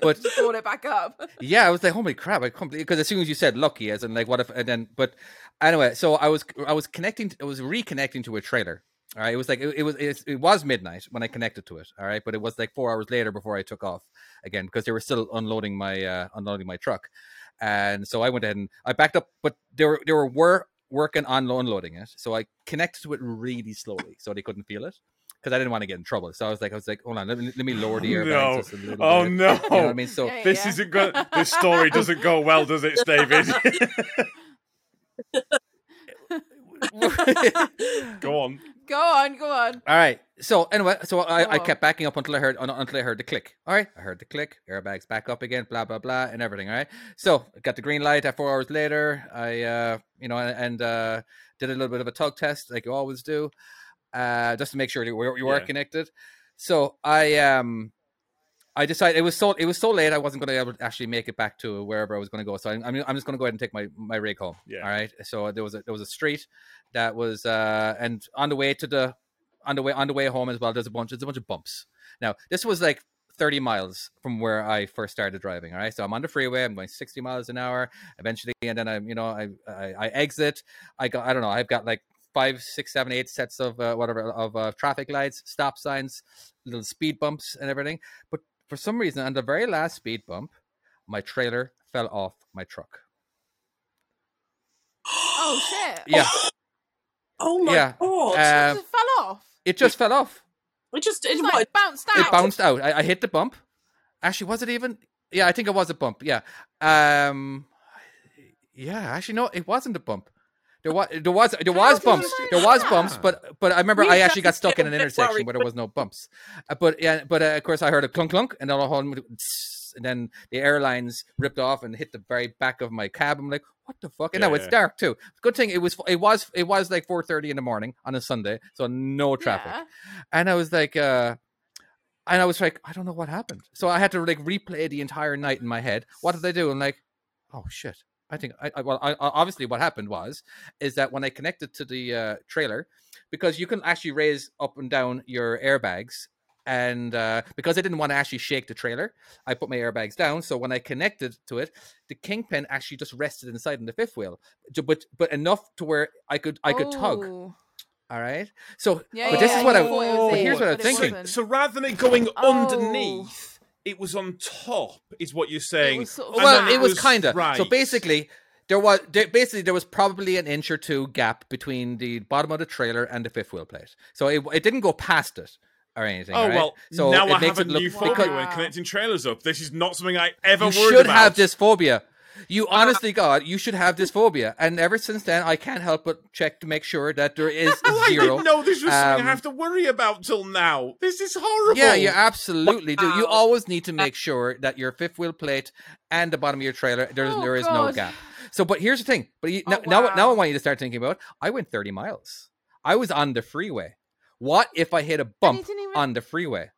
D: but
C: Pull it back up.
D: yeah, I was like, holy crap! I completely because as soon as you said lucky, as in like what if and then but anyway, so I was I was connecting, I was reconnecting to a trailer. All right, it was like it, it was it, it was midnight when I connected to it. All right, but it was like four hours later before I took off again because they were still unloading my uh, unloading my truck, And so I went ahead and I backed up, but they were they were wor- working on lo- unloading it. So I connected to it really slowly, so they couldn't feel it, because I didn't want to get in trouble. So I was like, I was like, hold on, let me, let me lower the air.
A: No.
D: balances a little
A: Oh
D: bit.
A: no!
D: You know what I mean, so
C: Yeah,
A: This
C: yeah.
A: isn't going. This story doesn't go well, does it, David? go on.
C: Go on, go on.
D: All right. So anyway, so I, I
C: Oh.
D: kept backing up until I heard un- until I heard the click. All right, I heard the click. Airbags back up again. Blah blah blah, and everything. All right. So I got the green light. At four hours later, I uh, you know and uh, did a little bit of a tug test, like you always do, uh, just to make sure you were, you were
A: Yeah.
D: connected. So I um. I decided it was so it was so late I wasn't going to able to actually make it back to wherever I was going to go. So I'm, I'm I'm just going to go ahead and take my my rig home.
A: Yeah.
D: All right. So there was a, there was a street that was uh and on the way to the on the way on the way home as well. There's a bunch there's a bunch of bumps. Now this was like 30 miles from where I first started driving. All right, so I'm on the freeway. I'm going 60 miles an hour eventually, and then I'm you know I I, I exit. I got I don't know. I've got like five, six, seven, eight sets of uh, whatever of uh, traffic lights, stop signs, little speed bumps, and everything. But for some reason, on the very last speed bump, my trailer fell off my truck.
C: Oh shit!
D: Yeah,
E: Oh my
D: Yeah.
E: god!
D: uh,
C: Just fell off.
D: it just fell off.
E: it just it,
C: It's
E: what,
C: like bounced out.
D: It bounced out. I, I hit the bump. Actually, was it even? Yeah, I think it was a bump. Yeah. Um. Yeah, actually, no, it wasn't a bump. There was there was there was
C: did you
D: bumps.
C: find
D: There was
C: that?
D: bumps, but but I remember
E: We
D: I
E: had
D: actually
E: to
D: got stuck in
E: get
D: an
E: a bit
D: intersection
E: worried,
D: where there was no bumps. Uh, but yeah, but uh, of course I heard a clunk clunk, and then all of a sudden, tss, and then the airlines ripped off and hit the very back of my cab. I'm like, what the fuck? And
A: Yeah,
D: now it's
A: yeah.
D: dark too. Good thing it was it was it was like four thirty in the morning on a Sunday, so no traffic
C: Yeah.
D: and I was like, uh, and I was like, I don't know what happened. So I had to like replay the entire night in my head. What did I do? I'm like, oh shit. I think I, I well, I, I- obviously what happened was is that when I connected to the uh, trailer, because you can actually raise up and down your airbags. And uh, because I didn't want to actually shake the trailer, I put my airbags down. So when I connected to it, the kingpin actually just rested inside in the fifth wheel, Ju- but but enough to where I could I could tug.
C: Oh.
D: All right. So
C: Yeah, yeah,
D: but this
C: yeah,
D: is what I
C: you thought it was
D: but
C: in,
D: here's what I'm
C: but it
D: thinking.
C: wasn't.
A: So rather than it going
C: Oh.
A: underneath, it was on top, is what you're saying.
C: was sort of
A: and
D: well,
A: then
C: that
D: it was, kind of. So
A: right.
D: basically, there was there, basically there was probably an inch or two gap between the bottom of the trailer and the fifth wheel plate. So it, it didn't go past it or anything.
A: Oh
D: right?
A: well,
D: so
A: now
D: it
A: I
D: makes
A: have a
D: it look
A: new
C: phobia
D: because
A: phobia when connecting trailers up. This is not something I ever
D: you
A: worried
D: should
A: about.
D: have this phobia. You honestly, God, you should have this phobia. And ever since then, I can't help but check to make sure that there is
A: Well, I
D: zero.
A: didn't know this was something
D: Um,
A: I have to worry about till now. This is horrible.
D: Yeah, you absolutely do. You
E: Wow.
D: always need to make sure that your fifth wheel plate and the bottom of your trailer there is
C: Oh,
D: there is no
C: God.
D: gap. So, but here's the thing. But you,
C: Oh,
D: now, now, now I
C: wow.
D: want you to start thinking about. I went 30 miles. I was on the freeway. What if I hit a bump
C: didn't even-
D: on the freeway?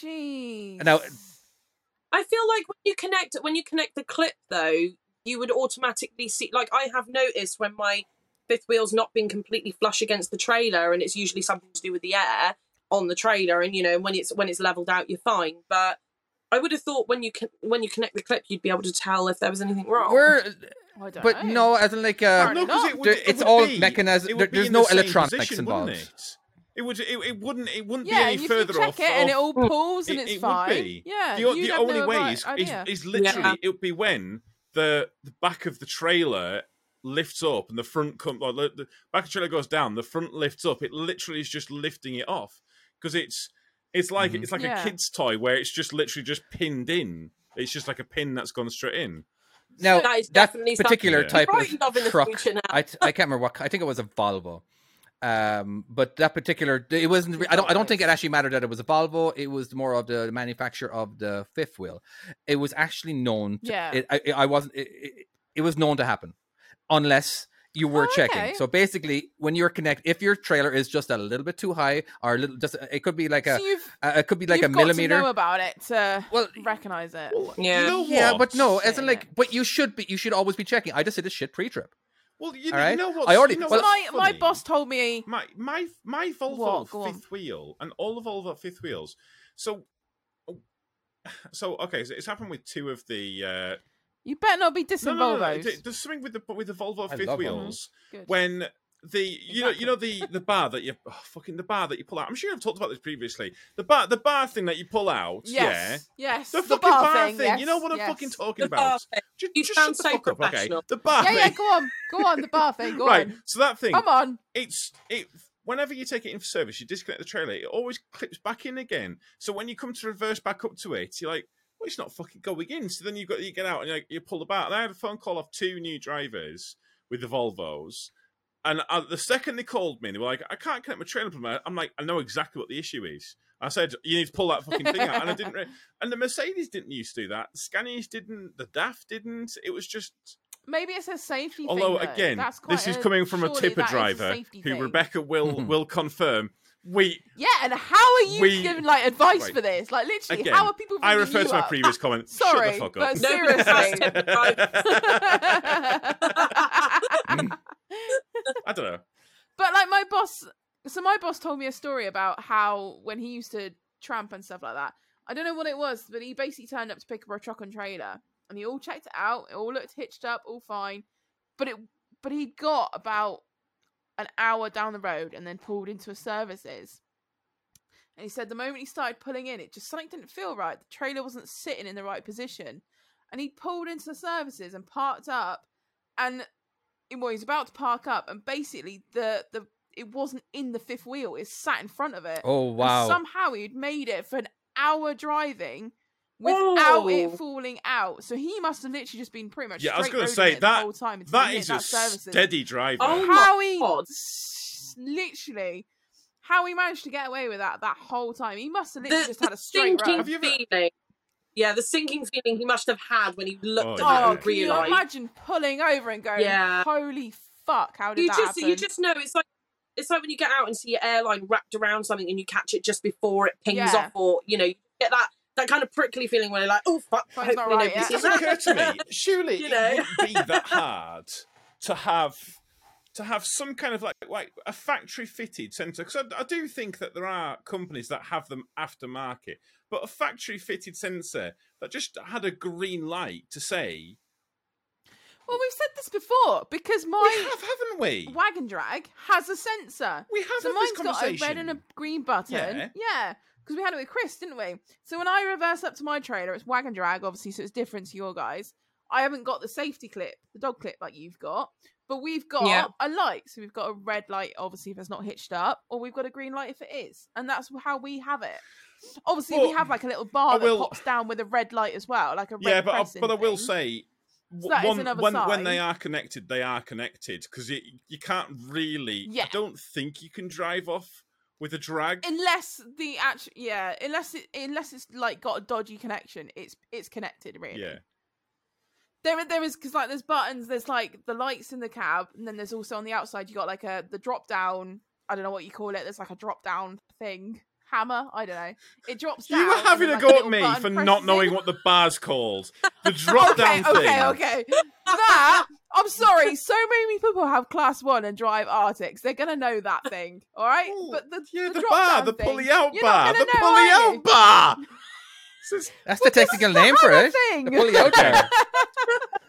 C: Jeez.
D: Now-
E: I feel like when you connect when you connect the clip though, you would automatically see. Like I have noticed when my fifth wheel's not been completely flush against the trailer, and it's usually something to do with the air on the trailer, and you know when it's when it's leveled out, you're fine. But I would have thought when you con- when you connect the clip, you'd be able to tell if there was anything wrong.
D: We're,
C: I don't
D: but
C: know.
D: no, as in like, uh,
C: Apparently.
A: no, 'cause it would,
D: There-
A: it
D: it's
A: would
D: all
A: be-
D: mechanized-
A: it would
D: there-
A: be
D: there's
A: in the
D: no
A: same
D: electronics
A: position,
D: involved.
A: Wouldn't it? It would. It, it wouldn't. It wouldn't
C: yeah,
A: be
C: if
A: any
C: you
A: further
C: check
A: off.
C: it and it
A: of-
C: all pulls and
A: it-
C: it's
A: it would
C: fine.
A: be.
C: Yeah,
A: the,
C: you'd
A: the
C: have
A: only
C: no
A: way
C: right
A: is, is,
C: idea.
A: is literally it would be when the the back of the trailer lifts up and the front come or the, the back of the trailer goes down the front lifts up it literally is just lifting it off because it's it's like
D: Mhm.
A: it's like
C: Yeah.
A: a kid's toy where it's just literally just pinned in it's just like a pin that's gone straight in
D: now
E: that is
D: that
E: definitely
D: particular
A: something-
D: type
E: Right, love in
D: of
E: the
D: truck,
E: future now.
D: I, t- I can't remember what. I think it was a Volvo. Um, but that particular, it wasn't. re- I don't. I don't think it actually mattered that it was a Volvo. It was more of the manufacturer of the fifth wheel. It was actually known. To,
C: Yeah.
D: It, I, I wasn't. It, it, it was known to happen, unless you were
C: Oh,
D: checking.
C: okay.
D: So basically, when you're connect, if your trailer is just a little bit too high or a little, just it could be like a,
C: so you've
D: uh, it could be like
C: you've
D: a
C: got
D: millimeter.
C: to know about it to
D: well,
C: recognize it.
A: Well,
E: Yeah.
A: you know
D: yeah,
A: what?
D: but no, as in
C: Shit.
D: like, but you should be. You should always be checking. I just did a shit pre-trip.
A: Well, you,
D: All right.
A: you know what?
D: I already-
A: You know
D: well-
C: my
A: what's
C: my
A: funny?
C: boss told me
A: my my my Volvo
C: What? Go on.
A: fifth wheel and all of Volvo fifth wheels. So, so okay, so it's happened with two of the. Uh,
C: you better not be
A: no,
C: dissing
A: no, no, no,
C: Volvos.
A: there- There's something with the with the Volvo
D: I
A: fifth
D: love Volvos.
A: wheels
C: Good.
A: when the you know you know the the bar that you oh, fucking the bar that you pull out. I'm sure I've talked about this previously. The bar the bar thing that you pull out. Yeah.
C: Yes. Yes.
A: The, fucking bar, thing.
C: yes,
A: you know what I'm
C: yes.
A: fucking talking
E: The bar
A: about.
E: thing.
A: Ju-
E: You
A: just
E: sound
A: shut the
E: so
A: fuck up, okay?
E: professional.
A: The bar
C: Yeah, yeah.
A: thing.
C: Go on. Go on. The bar thing. Go
A: right.
C: on. Oh,
A: So that thing.
C: Come on.
A: it's it whenever you take it in for service, you disconnect the trailer, it always clips back in again. So when you come to reverse back up to it, you're like, well, it's not fucking going in. So then you got you get out and you, you pull the bar. And I had a phone call off two new drivers with the Volvos. And uh, the second they called me, they were like, I can't connect my trailer. to my-" I'm like, I know exactly what the issue is. I said, you need to pull that fucking thing out. And I didn't. Re- and the Mercedes didn't used to do that. The Scanias didn't. The DAF didn't. It was just.
C: Maybe it's a safety
A: Although
C: thing. though.
A: again,
C: That's quite
A: this is
C: a-
A: coming from a
C: surely
A: tipper
C: that is
A: driver
C: safety
A: who
C: thing.
A: Rebecca will will confirm. We
C: Yeah, and how are you
A: We-
C: giving like advice
A: Right.
C: for this? Like literally,
A: again.
C: how are people?
A: I
C: ringing
A: refer
C: you
A: to my
C: up?
A: previous comment.
C: Sorry,
A: Shut the fuck
C: but
A: up.
E: Nobody trusts
C: seriously.
E: tipper drivers.
A: I don't know.
C: But like my boss, so my boss told me a story about how when he used to tramp and stuff like that. I don't know what it was, but he basically turned up to pick up a truck and trailer, and he all checked it out. It all looked hitched up, all fine, but it but he got about an hour down the road and then pulled into a services. And he said the moment he started pulling in, it just something didn't feel right. The trailer wasn't sitting in the right position, and he pulled into the services and parked up, and well, he's about to park up, and basically the the it wasn't in the fifth wheel; it sat in front of it.
D: Oh
C: And
D: wow.
C: somehow he'd made it for an hour driving without
E: Whoa.
C: it falling out. So he must have literally just been pretty much
A: Yeah, I was
C: straight
A: gonna
C: roading
A: say
C: it the
A: that-
C: whole time until
A: That
C: he hit
A: is a
C: that services.
A: steady driver.
E: Oh my
C: how he
E: God.
C: s- literally how he managed to get away with that that whole time. He must have
E: The,
C: literally just had
E: the
C: a straight
E: sinking
C: run.
A: Have you ever-
E: feeling. Yeah, the sinking feeling he must have had when he looked
A: Oh,
E: at
A: yeah.
E: that
C: Oh,
E: and
C: can you
E: realised.
C: imagine pulling over and going,
E: Yeah.
C: "Holy fuck! How did
E: you
C: that
E: just
C: happen?"
E: you just know it's like it's like when you get out and see your airline wrapped around something and you catch it just before it pings
C: Yeah.
E: off or you know you get that that kind of prickly feeling where you're like oh fuck
C: Well, it's not
E: hopefully
C: right
E: nobody
C: yet.
A: It
E: sees
A: doesn't
E: that.
A: occur to me. Surely
E: You know.
A: it wouldn't be that hard to have to have some kind of like like a factory fitted sensor. Because I, I do think that there are companies that have them aftermarket, but a factory fitted sensor that just had a green light to say
C: well, we've said this before because
A: we
C: my
A: have, haven't we?
C: wagon drag has a sensor.
A: We have
C: so
A: had
C: mine's
A: this
C: got a
A: conversation.
C: red and a green button.
A: Yeah.
C: Because we had it with Chris, didn't we? So when I reverse up to my trailer, it's wagon drag, obviously, so it's different to your guys. I haven't got the safety clip, the dog clip like you've got, but we've got
E: Yeah.
C: a light. So we've got a red light, obviously, if it's not hitched up, or we've got a green light if it is. And that's how we have it. Obviously, we
A: Well,
C: have like a little bar
A: I will-
C: that pops down with a red light as well, like a red
A: yeah, but I,
C: pressing
A: but I will
C: thing.
A: say, w-
C: that is
A: one,
C: another
A: when when they
C: side.
A: are connected, they are connected because you you can't really. I
C: Yeah.
A: don't think you can drive off with a drag.
C: unless the actual yeah unless it unless it's like got a dodgy connection it's it's connected really
A: yeah,
C: there there is because like there's buttons there's like the lights in the cab and then there's also on the outside you got like a the drop down i don't know what you call it there's like a drop down thing hammer i don't know it drops
A: you were
C: down and
A: having a
C: then, like,
A: go at
C: little
A: me
C: button
A: for
C: presses
A: not
C: in.
A: knowing what the bar's called. The drop down thing.
C: okay, Okay, okay. That I'm sorry. So many people have class one and drive Arctics. They're gonna know that thing, all right?
A: Oh,
C: but the
A: Yeah, the,
C: drop
A: bar,
C: down
A: the
C: thing,
A: pulley out
C: you're not
A: bar,
C: gonna
A: the
C: know,
A: pulley
C: are
A: out
C: you?
A: bar. This is-
D: That's the technical name for
C: hammer
D: it.
C: thing.
D: The pulley out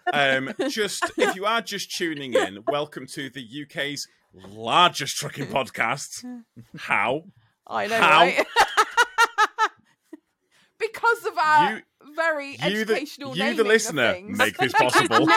D: bar.
A: um, just if you are just tuning in, welcome to the UK's largest trucking podcast. How
C: I know,
A: How?
C: right? because of our
A: You-
C: very
A: you the
C: educational
A: you
C: naming
A: the
C: of
A: listener
C: things.
A: make this possible?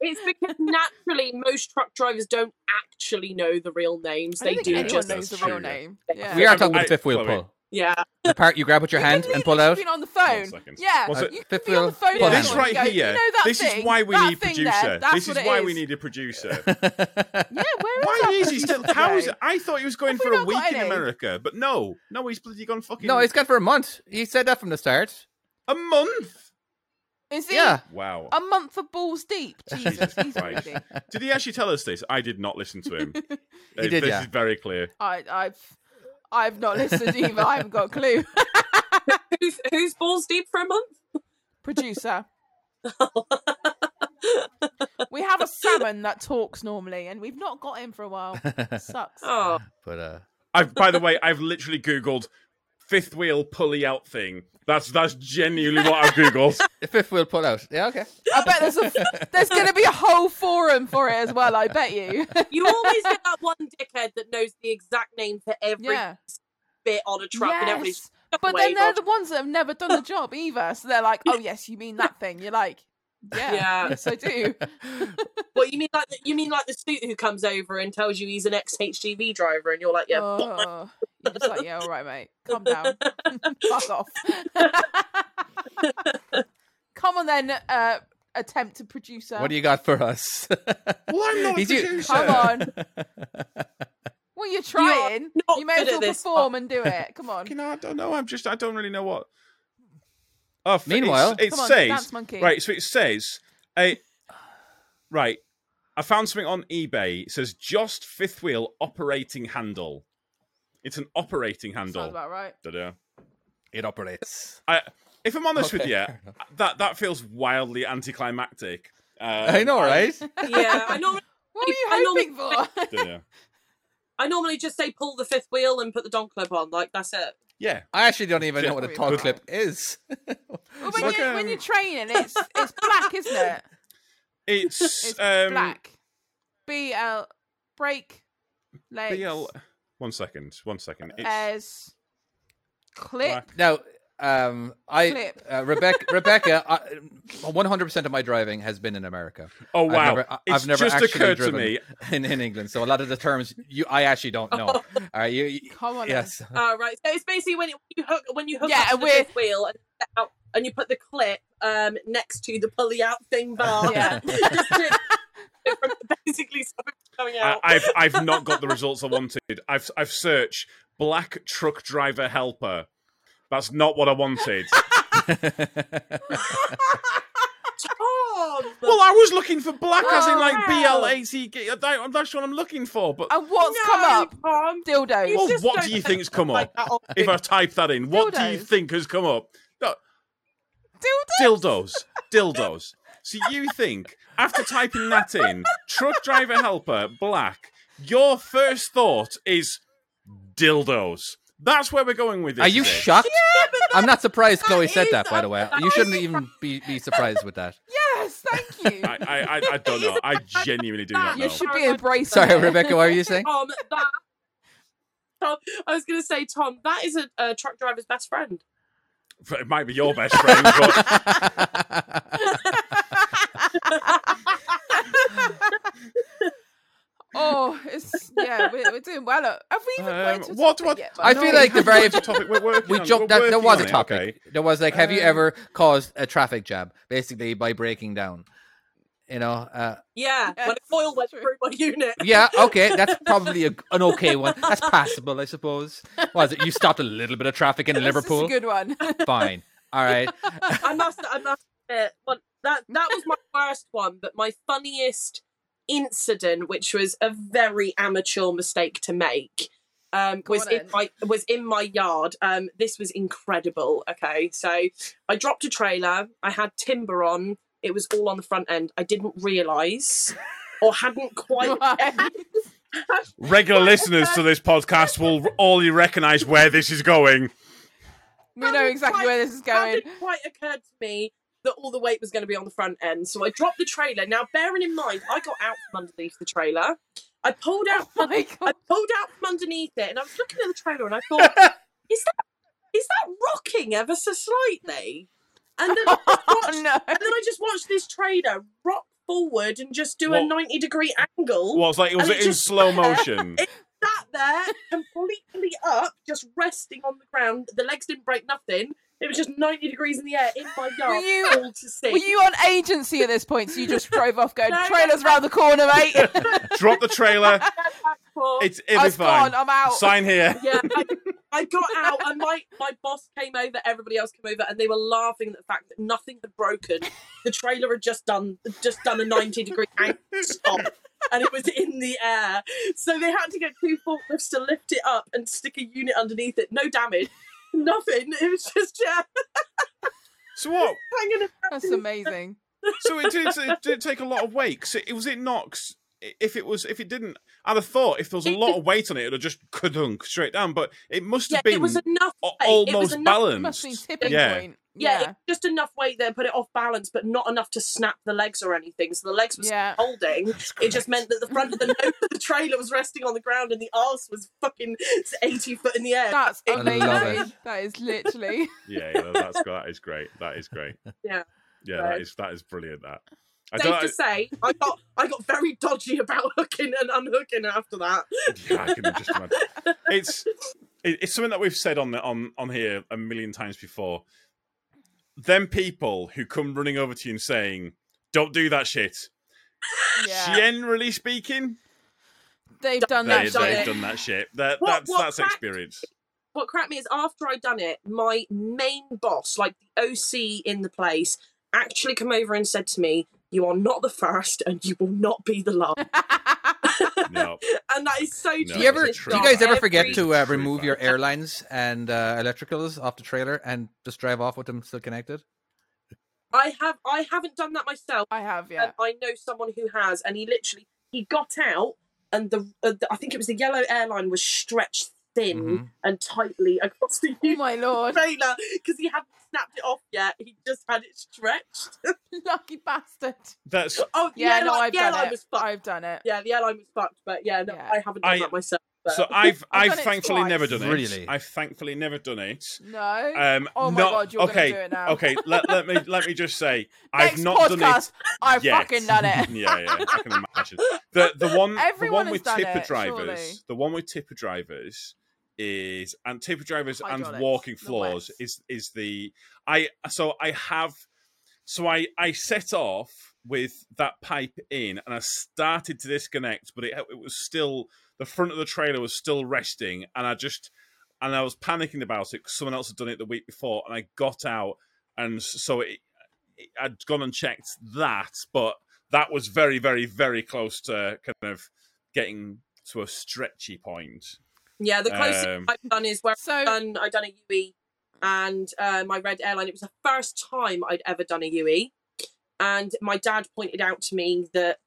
E: it's because naturally most truck drivers don't actually know the real names
C: I don't
E: they
C: think
E: do
C: anyone
E: just
C: knows the
A: that's
C: real
A: true, yeah.
C: name.
E: We
C: Yeah.
D: We
A: Yeah,
D: are
A: but
D: talking about
A: I-
D: the fifth wheel
A: Chloe.
D: pull.
E: yeah
D: The part you grab with your
C: You
D: hand
C: could
D: and pull
C: literally
D: out.
C: Been on the phone.
A: second.
C: Yeah.
A: Was it-
C: You could
D: Fifth
C: be on
D: wheel
C: the phone.
D: pull
C: to
D: out.
A: this
C: someone
A: right
C: and go,
A: here.
C: You know that
A: this
C: thing?
A: is why we
C: That
A: need
C: thing
A: producer.
C: There, that's
A: this is
C: what it
A: why we need a producer.
C: Yeah. Where is
A: why
C: our
A: is he still?
C: producer
A: How is?
C: today?
A: I thought he was going
C: Have we
A: for a
C: not got
A: week in
C: any?
A: America, but no, no, he's bloody gone fucking.
D: no, he's gone for a month. He said that from the start.
A: a month.
C: Is he
D: Yeah.
A: Wow.
C: a month of balls deep? Jesus, he's
A: Christ.
C: greedy.
A: did he actually tell us this? I did not listen to him. Uh,
D: did,
A: this
D: yeah.
A: is very clear.
C: I, I've, I've not listened either. I haven't got a clue.
E: who's, who's balls deep for a month
C: Producer. we have a salmon that talks normally, and we've not got him for a while. Sucks.
E: oh
D: But uh
A: I've, by the way, I've literally googled fifth wheel pulley out thing. That's that's genuinely what I googled.
D: The fifth wheel pull out. Yeah, okay.
C: I bet there's a, there's going to be a whole forum for it as well. I bet you.
E: You always get that one dickhead that knows the exact name for every
C: yeah.
E: bit on a truck and everybody's
C: Yes. But
E: wave
C: then they're
E: off.
C: the ones that have never done the job either. So they're like, oh yes, you mean that thing? You're like, yeah,
E: Yeah.
C: yes I do.
E: What you mean like the, you mean like the suit who comes over and tells you he's an ex HGV driver and you're like, yeah, but
C: Oh. You're just like, yeah, all right, mate, calm down, fuck off. Come on then, uh, attempt to producer.
D: What do you got for us?
A: well, I'm not a
D: He's you-
A: producer.
C: Come on. Well, you're trying. You,
E: not
C: may as
E: good at
C: well
E: this,
C: perform and do it. Come on.
A: You know, I don't know. I'm just I don't really know what. Oh, f-
D: Meanwhile-
A: it's- it
C: Come on,
A: says
C: Dance Monkey.
A: right. So it says a right. I found something on eBay. It says just fifth wheel operating handle. It's an operating
C: Sounds
A: handle.
C: about right.
A: Da-da.
D: it operates.
A: I, if I'm honest with
D: Okay,
A: you,
D: fair
A: that that feels wildly anticlimactic. Uh,
D: I know, right?
E: yeah. I normally
C: What were you
E: I
C: hoping for?
A: dunno.
E: I normally just say pull the fifth wheel and put the don clip on, like that's it.
A: Yeah,
D: I actually don't even know what a
C: Yeah.
D: tongue clip is.
C: Well,
A: It's
C: when,
A: like,
C: you, when
A: um,
C: you're training, it's it's black, isn't it?
A: it's,
C: It's
A: um,
C: black. B L break legs
A: BL. One second, one second. It's,
E: Uh,
C: as clip.
A: black.
D: Now, um, I
C: Clip.
D: uh, Rebecca, Rebecca, uh, one hundred percent of my driving has been in America.
A: oh
D: I've
A: wow!
D: never- I-
A: it's
D: I've never
A: just
D: actually
A: occurred to
D: driven
A: me.
D: in, in England, so a lot of the terms you I actually don't know. All right, you, you-
C: Oh. Come on, then.
D: yes,
E: Oh right. So it's basically when, it, when you hook when you hook
C: Yeah,
E: up to the
C: we're-
E: fifth wheel and set out and you put the clip um next to the pulley out thing bar.
C: Oh, Yeah.
E: Just to- basically something coming
A: I,
E: out.
A: I've I've not got the results I wanted. I've I've searched black truck driver helper. That's not what I wanted.
E: Tom!
A: well, I was looking for black, as in like B
E: Wow.
A: L A C G. I'm not sure what I'm looking for, but
C: And what's
E: No,
C: come up?
E: Tom.
C: Dildos.
A: Well,
E: just
A: what
E: don't
A: do you think's come
E: like
A: up?
E: that on
A: If I type that in, what do you
C: Dildos.
A: think has come up? No,
C: Dildo.
A: dildos, dildos. So you think after typing that in, truck driver helper black, your first thought is dildos. That's where we're going with this.
D: are you
A: is it?
D: shocked? I'm not surprised Chloe
E: that
D: said
E: is
D: that. By the way, you shouldn't even be, be surprised with that.
C: Yes, thank you.
A: I, I, I, I don't know. I genuinely do not know.
C: you should be embracing.
D: Sorry,
C: it.
D: Rebecca, what are you saying?
E: Tom, that. Tom, I was going to say, Tom, that is a, a truck driver's best friend.
A: It might be your best friend, but um,
C: Oh, it's yeah, we're, we're doing well. Have we even
A: Um,
C: got into a
A: what-
C: topic
A: what-
C: Yet,
D: I
C: by
D: feel
C: way?
D: like the very
A: topic we're working
D: we
A: on-
D: jumped.
A: we're
D: That, there
A: working
D: was
A: on
D: a
A: it,
D: topic.
A: okay?
D: There was like, have you
A: Um,
C: Uh.
D: ever caused a traffic jam, basically by breaking down? You know, uh,
E: Yeah,
C: Yeah,
E: when a foil went
C: true.
E: through my unit.
D: yeah, okay, that's probably a, an okay one. That's passable, I suppose. Was it? You stopped a little bit of traffic in
C: This is
D: Liverpool.
C: a good one.
D: Fine. All right.
E: I must, I must admit, but that that was my worst one. But my funniest incident, which was a very amateur mistake to make, um,
C: Go
E: was
C: on
E: in
C: then.
E: my was in my yard. Um, this was incredible. Okay, so I dropped a trailer. I had timber on. It was all on the front end. I didn't realise, or hadn't quite.
A: Regular listeners to this podcast will already recognise where this is going.
C: we know
E: hadn't
C: exactly
E: quite-
C: where this is going.
E: hadn't quite occurred to me that all the weight was going to be on the front end. So I dropped the trailer. Now, bearing in mind, I got out from underneath the trailer. I pulled out.
C: Oh my
E: I
C: God.
E: pulled out from underneath it, and I was looking at the trailer, and I thought, "Is that is that rocking ever so slightly?" And then I just watched,
C: Oh no!
E: and then I just watched this trailer rock forward and just do a
A: What-
E: ninety degree angle.
A: Well, it's like was
E: And
A: it
E: it
A: in
E: just-
A: slow motion?
E: Sat there completely up, just resting on the ground. The legs didn't break nothing. It was just ninety degrees in the air in my yard,
C: you-
E: all to see.
C: Were you on agency at this point? So you just drove off, going
E: No, no,
C: trailers
E: no.
C: round the corner, mate.
A: Drop the trailer.
E: Well,
A: It's it'll be
C: I've
A: fine.
C: gone. I'm out.
A: Sign here.
E: yeah, I, I got out, and my, my boss came over, everybody else came over, and they were laughing at the fact that nothing had broken. The trailer had just done just done a ninety degree angle stop, and it was in the air. So they had to get two forklifts to lift it up and stick a unit underneath it. No damage, nothing. It was just yeah,
A: So what?
E: hanging.
C: That's amazing.
A: So it did, it did take a lot of weight. 'cause it, was it not? 'cause if it was if it didn't, I'd have thought if there was a
E: It-
A: lot of weight on it, it'd have just kadunk straight down. But it must
E: Yeah,
A: have been
E: it was enough.
A: a-
E: weight.
A: almost
E: it was enough,
C: It must
A: balanced.
C: be tipping
A: Yeah.
C: point.
E: Yeah,
C: Yeah.
E: It, just enough weight there, put it off balance, but not enough to snap the legs or anything. So the legs was
C: Yeah.
E: holding.
A: That's
E: It just
A: correct.
E: meant that the front of the nose of the trailer was resting on the ground, and the arse was fucking eighty foot in the air.
C: That's
E: I
D: love
C: amazing. That is literally.
A: yeah, yeah, that's that is great. That is great.
E: Yeah.
A: yeah, that
E: So-
A: is that is brilliant. That I
E: Safe
A: don't.
E: to say, I got I got very dodgy about hooking and unhooking after that.
A: yeah, I can just imagine. It's it, it's something that we've said on the on on here a million times before. Them people who come running over to you and saying, "Don't do that shit."
C: Yeah.
A: Generally speaking,
C: They've done
A: they, they've
C: that.
E: That's done it.
A: done that shit. That,
E: What-
A: that's
E: what
A: that's
E: cracked-
A: experience.
E: what cracked me is after I'd done it, my main boss, like the OC in the place, actually come over and said to me, "You are not the first, and you will not be the last."
A: No,
E: and that is so.
A: No,
D: Do you ever?
A: it's
E: it's
A: a
D: Do
A: true
D: you guys
A: fact.
D: ever
E: every-
D: forget to uh,
A: True
D: remove your
A: fact.
D: airlines and uh, electricals off the trailer and just drive off with them still connected?
E: I have. I haven't done that myself.
C: I have, yeah.
E: and I know someone who has, and he literally he got out, and the, uh, the I think it was the yellow airline was stretched thin
A: Mm-hmm.
D: Mhm.
E: and tightly across the
C: Oh
E: huge
C: my lord.
E: trailer because he hadn't snapped it off yet. He just had it stretched.
C: Lucky bastard.
A: that's
E: oh
C: Yeah, no,
E: like,
C: I've
E: the
C: done
E: airline
C: it.
E: was fucked.
C: I've done it.
E: Yeah, the airline was fucked, but yeah, no,
C: Yeah.
E: I haven't done
A: I-
E: that myself. But
A: so. I've
C: I've
A: I've,
C: done it
A: thankfully
C: twice.
A: never done it.
D: Really?
A: I've thankfully never done it.
C: No.
A: Um,
C: oh my
A: not-
C: god, you're
A: okay,
C: gonna do it now.
A: okay. Let, let me let me just say,
C: Next
A: I've not
C: podcast,
A: done it
C: I've
A: yet.
C: fucking done it.
A: yeah, yeah, I can imagine. The the one the
C: Everyone
A: one
C: has
A: with
C: done
A: tipper
C: it,
A: drivers,
C: surely.
A: the one with tipper drivers is and tipper drivers and
C: Hydraulics,
A: walking
C: the
A: floors
C: wets.
A: is is the I so I have so I I set off with that pipe in and I started to disconnect, but it it was still the front of the trailer was still resting, and I just and I was panicking about it because someone else had done it the week before, and I got out, and so it, it- I'd gone and checked that, but that was very, very, very close to kind of getting to a stretchy point.
E: yeah, the closest
A: Um,
E: I've done is where I've
C: So
E: done I done a UE and uh, my red airline. It was the first time I'd ever done a UE, and my dad pointed out to me that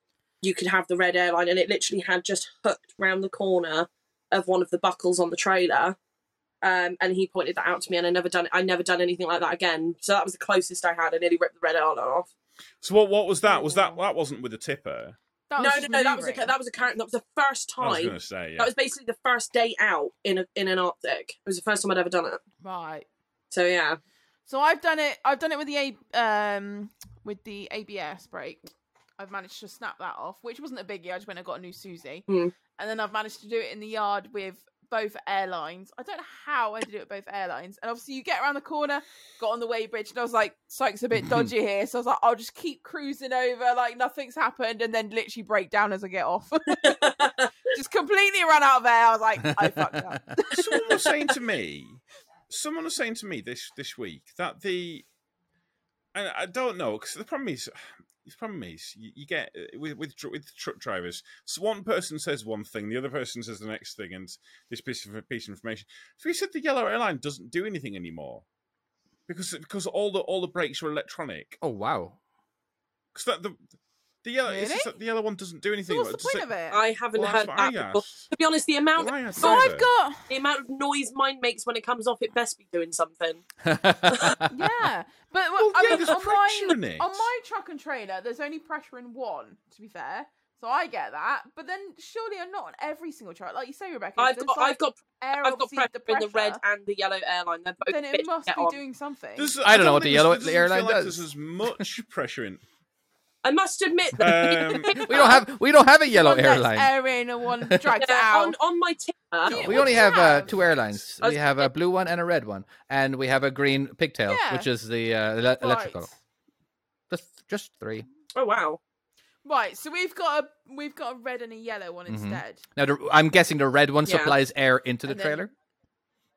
E: you could have the red airline, and it literally had just hooked round the corner of one of the buckles on the trailer. Um, and he pointed that out to me, and I never done I never done anything like that again. So that was the closest I had. I nearly ripped the red airline off.
A: So what? What was that? Was that that wasn't with the tipper?
C: that
E: No,
C: was
E: no, no. That was a, that was a current. That was the first
A: I was
E: time.
A: going to say, yeah.
E: That was basically the first day out in a, in an Arctic. It was the first time I'd ever done it.
C: right.
E: So yeah,
C: So I've done it. I've done it with the a um with the ABS brake. I've managed to snap that off, which wasn't a biggie. I just went and got a new Susie,
E: Hmm.
C: and then I've managed to do it in the yard with both airlines. I don't know how I did it with both airlines. And obviously, you get around the corner, got on the way bridge, and I was like, "Psych's a bit dodgy here," so I was like, "I'll just keep cruising over, like nothing's happened," and then literally break down as I get off. just completely run out of air. I was like, "I fucked up."
A: someone was saying to me, someone was saying to me this this week that the, and I don't know because the problem is, the problem is you, you get uh, with with tr- with truck drivers. So one person says one thing, the other person says the next thing, and this piece of piece of information. So he said the yellow airline doesn't do anything anymore because because all the all the brakes are electronic.
D: Oh wow!
A: Because that the the yellow it's just
C: Really?
A: that the yellow one doesn't do anything.
C: So what's
A: like,
C: the
A: does
C: point of it?
E: I haven't
A: Well, that's
E: heard
A: what
E: that
A: I
E: before.
A: asked.
E: To be honest, the amount
A: Well, I asked
C: so I've
A: either.
C: got
E: the amount of noise mine makes when it comes off, it best be doing something.
D: yeah.
C: yeah, but
A: Well,
C: I
A: yeah,
C: mean,
A: there's
C: on
A: pressure
C: my
A: in it.
C: on my truck and trailer, there's only pressure in one. To be fair, so I get that. But then surely I'm not on every single truck, like you say, Rebecca. if
E: I've
C: there's,
E: got,
C: like,
E: I've got,
C: air
E: I've got
C: obviously
E: pressure,
C: the
E: in the red
C: pressure,
E: and the yellow airline. They're both.
C: Then
E: fit
C: it
E: to
C: must
E: get
C: be
E: on.
C: doing something.
A: There's-
D: I don't know what
A: think
D: the yellow-
A: there's-
D: the
A: doesn't feel
D: airline
A: like
D: does.
A: There's as much pressure in.
E: I must admit that
A: Um,
D: We don't have we don't have a yellow
C: one lets
D: airline.
C: air in and one drags it
E: yeah,
C: out.
E: on on my tipper,
C: Yeah.
D: we
C: what
D: only
C: do you
D: have uh,
C: have?
D: two airlines.
E: I was
D: We have a blue one and a red one, and we have a green pigtail,
C: Yeah.
D: which is the uh, ele- electrical.
C: Right.
D: Just just three.
E: oh wow,
C: Right, so we've got a we've got a red and a yellow one
D: Mhm.
A: Mm-hmm.
C: instead.
D: Now the, I'm guessing the red one
E: Yeah.
D: supplies air into the
C: And then-
D: trailer,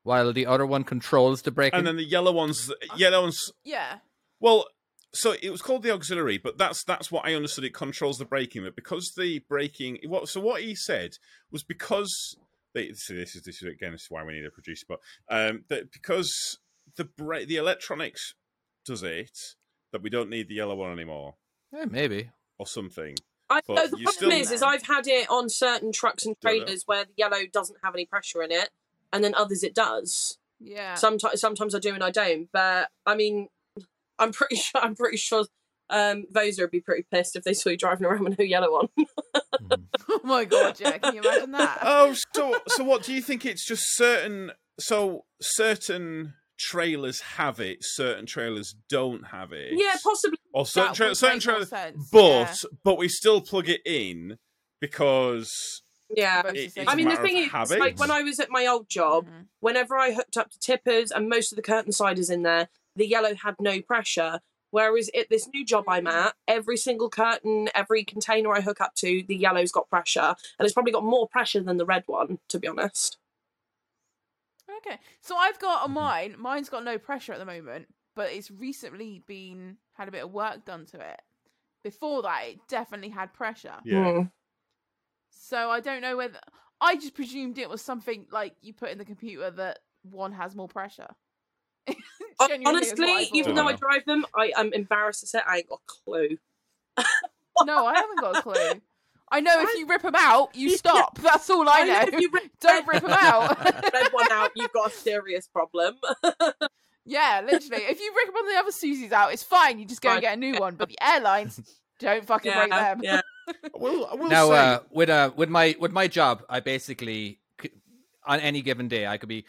D: while the other one controls the braking.
A: and then the yellow ones, yellow ones.
C: Yeah,
A: Well, so it was called the auxiliary, but that's that's what I understood. It controls the braking, but because the braking, what so what he said was because they, so this is this is again this is why we need a producer, but um, that because the bra- the electronics does it that we don't need the yellow one anymore
D: Yeah, Eh, maybe.
A: or something.
E: I
A: But
E: know the
A: you
E: problem
A: still-
E: is, is I've had it on certain trucks and
A: Don't know.
E: trailers where the yellow doesn't have any pressure in it, and then others it does.
C: Yeah.
E: Sometimes, sometimes I do and I don't. But I mean, I'm pretty sure. I'm pretty sure. Um, Voser would be pretty pissed if they saw you driving around with no yellow on.
D: Hmm.
C: oh my god, yeah. Can you imagine that?
A: Oh, so so what do you think? It's just certain. So certain trailers have it. Certain trailers don't have it.
E: Yeah, possibly.
A: or certain
C: That
A: tra-
C: would
A: certain
C: make more
A: trailers.
C: sense,
A: But
C: yeah.
A: but we still plug it in because
E: Yeah.
C: But
A: it-
C: it's just
A: it's
E: I mean,
A: a
E: the
A: matter
E: thing
A: of
E: is,
A: habit.
E: like when I was at my old job,
C: Mhm.
E: whenever I hooked up to tippers and most of the curtain siders in there, the yellow had no pressure. Whereas at this new job I'm at, every single curtain, every container I hook up to, the yellow's got pressure. And it's probably got more pressure than the red one, to be honest.
C: Okay. So I've got on mine, mine's got no pressure at the moment, but it's recently been had a bit of work done to it. Before that, it definitely had pressure.
A: yeah,
E: Mm.
C: So I don't know whether I just presumed it was something like you put in the computer that one has more pressure. Genuinely, that's what I
E: Honestly,
C: thought.
E: even though I
A: Dunno.
E: drive them, I am embarrassed to say I ain't got a clue.
C: no, I haven't got a clue. I know if
E: I-
C: you rip them out, you
E: Yeah.
C: stop. That's all I know.
E: if you rip
C: Don't rip them out.
E: the red one out, you've got a serious problem.
C: yeah, literally. If you rip one of the other Susies out, it's fine. You just go and
E: Fine.
C: get a new one. But the airlines, don't fucking break them.
E: yeah.
A: Well, I will
D: now
A: say,
D: uh, with uh with my with my job i basically c- on any given day i could be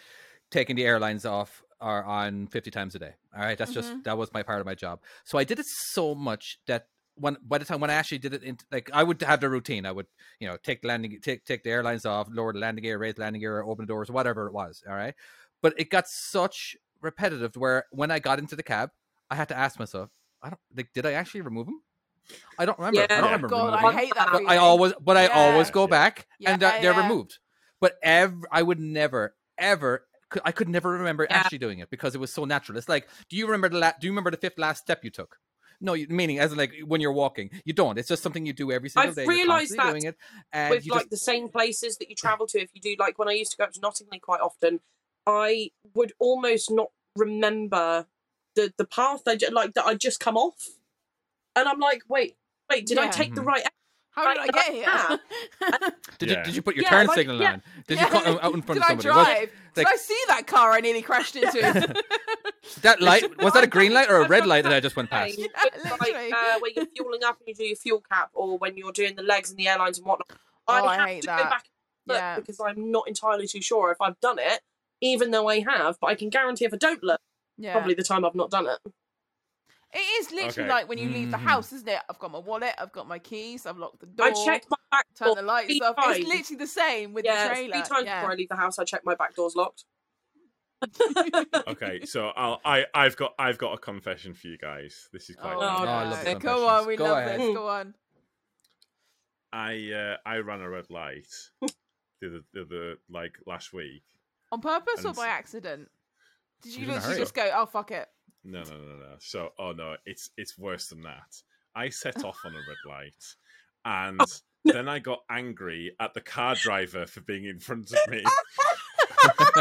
D: taking the airlines off or on 50 times a day all right that's
C: Mhm.
A: Mm-hmm.
D: just that was my part of my job so i did it so much that when by the time when i actually did it in like i would have the routine i would you know take the landing take take the airlines off lower the landing gear raise the landing gear open the doors whatever it was all right but it got such repetitive to where when i got into the cab i had to ask myself i don't like did i actually remove them i don't remember i
E: Yeah.
D: don't remember
C: God,
D: removing
C: I
D: 'em
C: hate that.
E: But
D: but
C: Feeling.
D: I always, but I always
C: Yeah.
D: go back and
C: Yeah,
D: they're, they're
C: yeah.
D: removed. But ever, I would never, ever, could, I could never remember
E: Yeah.
D: actually doing it because it was so natural. It's like, do you remember the la- do you remember the fifth last step you took? No, you, meaning as in like when you're walking, you don't. It's just something you do every single
E: I've
D: day.
E: realised
D: you're constantly doing
E: that
D: it, and
E: with
D: you
E: like
D: just,
E: the same places that you travel to. If you do like when I used to go up to Nottingley quite often, I would almost not remember the the path I ju- like that I just come off, and I'm like, wait, wait, did I
C: Yeah.
E: take the
D: Mhm.
E: right?
C: How did I
E: Like,
C: get
E: ah.
C: here?
D: did,
A: Yeah.
D: you, did you put your
E: Yeah,
D: turn
E: like-
D: signal
E: yeah.
D: on? Did you come out in front
C: Did
D: of
C: I
D: somebody? Was-
C: drive? Did
D: like-
C: I see that car I nearly crashed into?
D: that light was that a
E: I've
D: green
E: done-
D: light or a
E: I've
D: red
E: done
D: light that
E: that
D: I just went
E: Way?
D: past?
C: Yeah,
E: But, like
C: literally.
E: uh, when you're fueling up and you do your fuel cap, or when you're doing the legs and the airlines and whatnot.
C: Oh,
E: I
C: I
E: have
C: hate
E: to
C: that.
E: go back and look
C: Yeah.
E: because I'm not entirely too sure if I've done it, even though I have. But I can guarantee if I don't look,
C: yeah.
E: probably the time I've not done it.
C: It is literally
A: Okay.
C: like when you leave the
D: Mhm.
C: house, isn't it? I've got my wallet, I've got my keys, I've locked the door.
E: I checked my back
C: Turn
E: door
C: the lights
E: three
C: off. It's
E: times.
C: literally the same with
E: yeah,
C: the trailer.
E: three times
C: yeah.
E: before I leave the house, I check my back door's locked.
A: okay, so I'll, I I've got I've got a confession for you guys. This is
C: Oh,
A: quite.
C: no.
A: weird.
E: I love
C: no.
E: confessions.
C: Go on, we
D: Go
C: love
D: ahead.
C: this. Go on.
A: I uh, I ran a red light the other, the other like last week.
C: On purpose or
A: And-
C: by accident? Did you
D: She's in a
C: literally
D: hurry.
C: just go, oh, fuck it?
A: No, no, no, no. So, oh no, it's it's worse than that. I set off on a red light, and then I got angry at the car driver for being in front of me.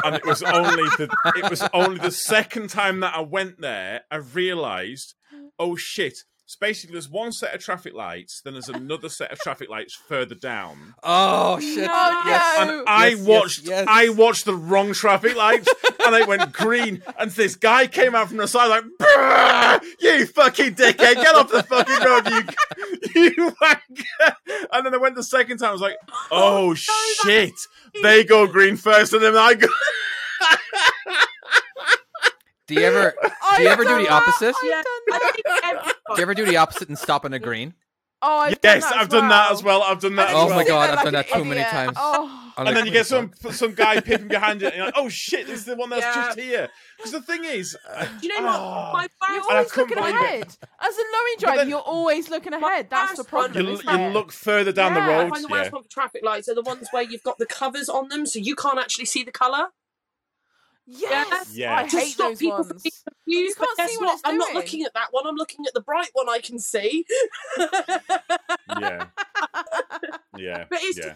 A: and it was only the it was only the second time that I went there I realised, oh shit. So basically, there's one set of traffic lights, then there's another set of traffic lights further down.
D: Oh shit!
C: Oh,
D: Yes.
C: no.
A: And I
D: Yes, yes,
A: watched
D: yes.
A: I watched the wrong traffic lights and they went green and this guy came out from the side like "Brrr, you fucking dickhead get off the fucking road you you wanker." and then I went the second time I was like oh shit they go green first and then I go
D: Do you ever
C: I've
D: you ever do
C: done
D: the
C: that,
D: opposite?
C: I've
E: Yeah.
C: done
E: I
C: that.
E: think everyone-
D: do you ever do the opposite and stop on a green?
C: Oh, I've done
A: yes
C: that
A: I've done that as well I've done
C: And
A: that
C: then
A: as
C: you
D: Oh
A: well
D: my
C: sit there
D: God, I've
C: like
D: done
C: an
D: that too many
C: idiot.
D: times.
C: Oh.
D: I'm
A: and then
D: like,
A: you
D: "Who the
A: get some some guy peeping behind it and you're like oh shit this is the one that's
E: Yeah.
A: just here because the thing is
E: Do you know what?
A: Oh.
E: My
C: You're
E: first,
A: And I
C: always
A: couldn't
C: looking
A: believe it.
C: ahead. As a lorry driver,
A: then-
C: you're always looking ahead. That's the
E: that's one-
C: problem.
A: you, l-
C: isn't
A: you
C: it?
A: look further down
C: Yeah,
E: I
A: the road
E: find the
A: yeah.
E: worst one for traffic lights are the ones where you've got the covers on them, so you can't actually see the colour.
C: Yes,
A: Yeah.
C: I
E: To
C: hate
E: stop
C: those
E: people
C: ones.
E: from being confused.
C: You can't
E: but guess
C: see what
E: what?
C: it's
E: I'm not
C: doing.
E: looking at that one. I'm looking at the bright one I can see.
A: yeah yeah
E: But it's
A: yeah.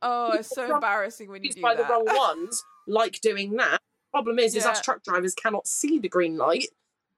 C: Oh, it's so
E: People
C: embarrassing when you
E: confused
C: do
E: by
C: that.
E: the wrong ones, like doing that. Problem is, is
C: Yeah.
E: us truck drivers cannot see the green light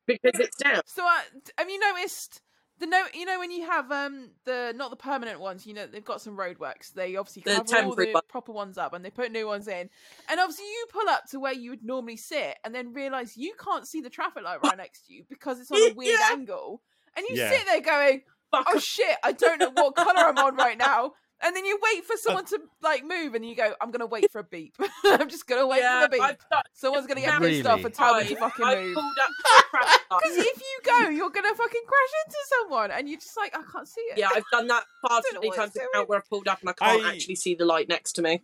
E: because it's down.
C: So, uh, have you noticed the no, you know when you have um the not the permanent ones, you know they've got some roadworks. They obviously
E: The
C: cover all
E: temporary
C: the
E: one.
C: proper ones up and they put new ones in. And obviously you pull up to where you would normally sit and then realize you can't see the traffic light right next to you because it's on a weird
E: Yeah.
C: angle. And you
A: Yeah.
C: sit there going,
E: Fuck
C: "Oh shit, I don't know what color I'm on right now." And then you wait for someone to like move, and you go, "I'm gonna wait for a beep. I'm just gonna wait
E: yeah,
C: for the beep.
E: I've done
C: Someone's gonna get
D: Really?
C: pissed off and tell me to
E: it.
C: fucking
E: I
C: move."
E: pulled up to the traffic
C: Because
E: light.
C: if you go, you're gonna fucking crash into someone, and you're just like, I can't see it.
E: Yeah, I've done that far
C: Don't
E: too
C: know
E: many
C: what
E: times
C: it's doing.
E: out where I pulled up and I can't
A: I-
E: actually see the light next to me.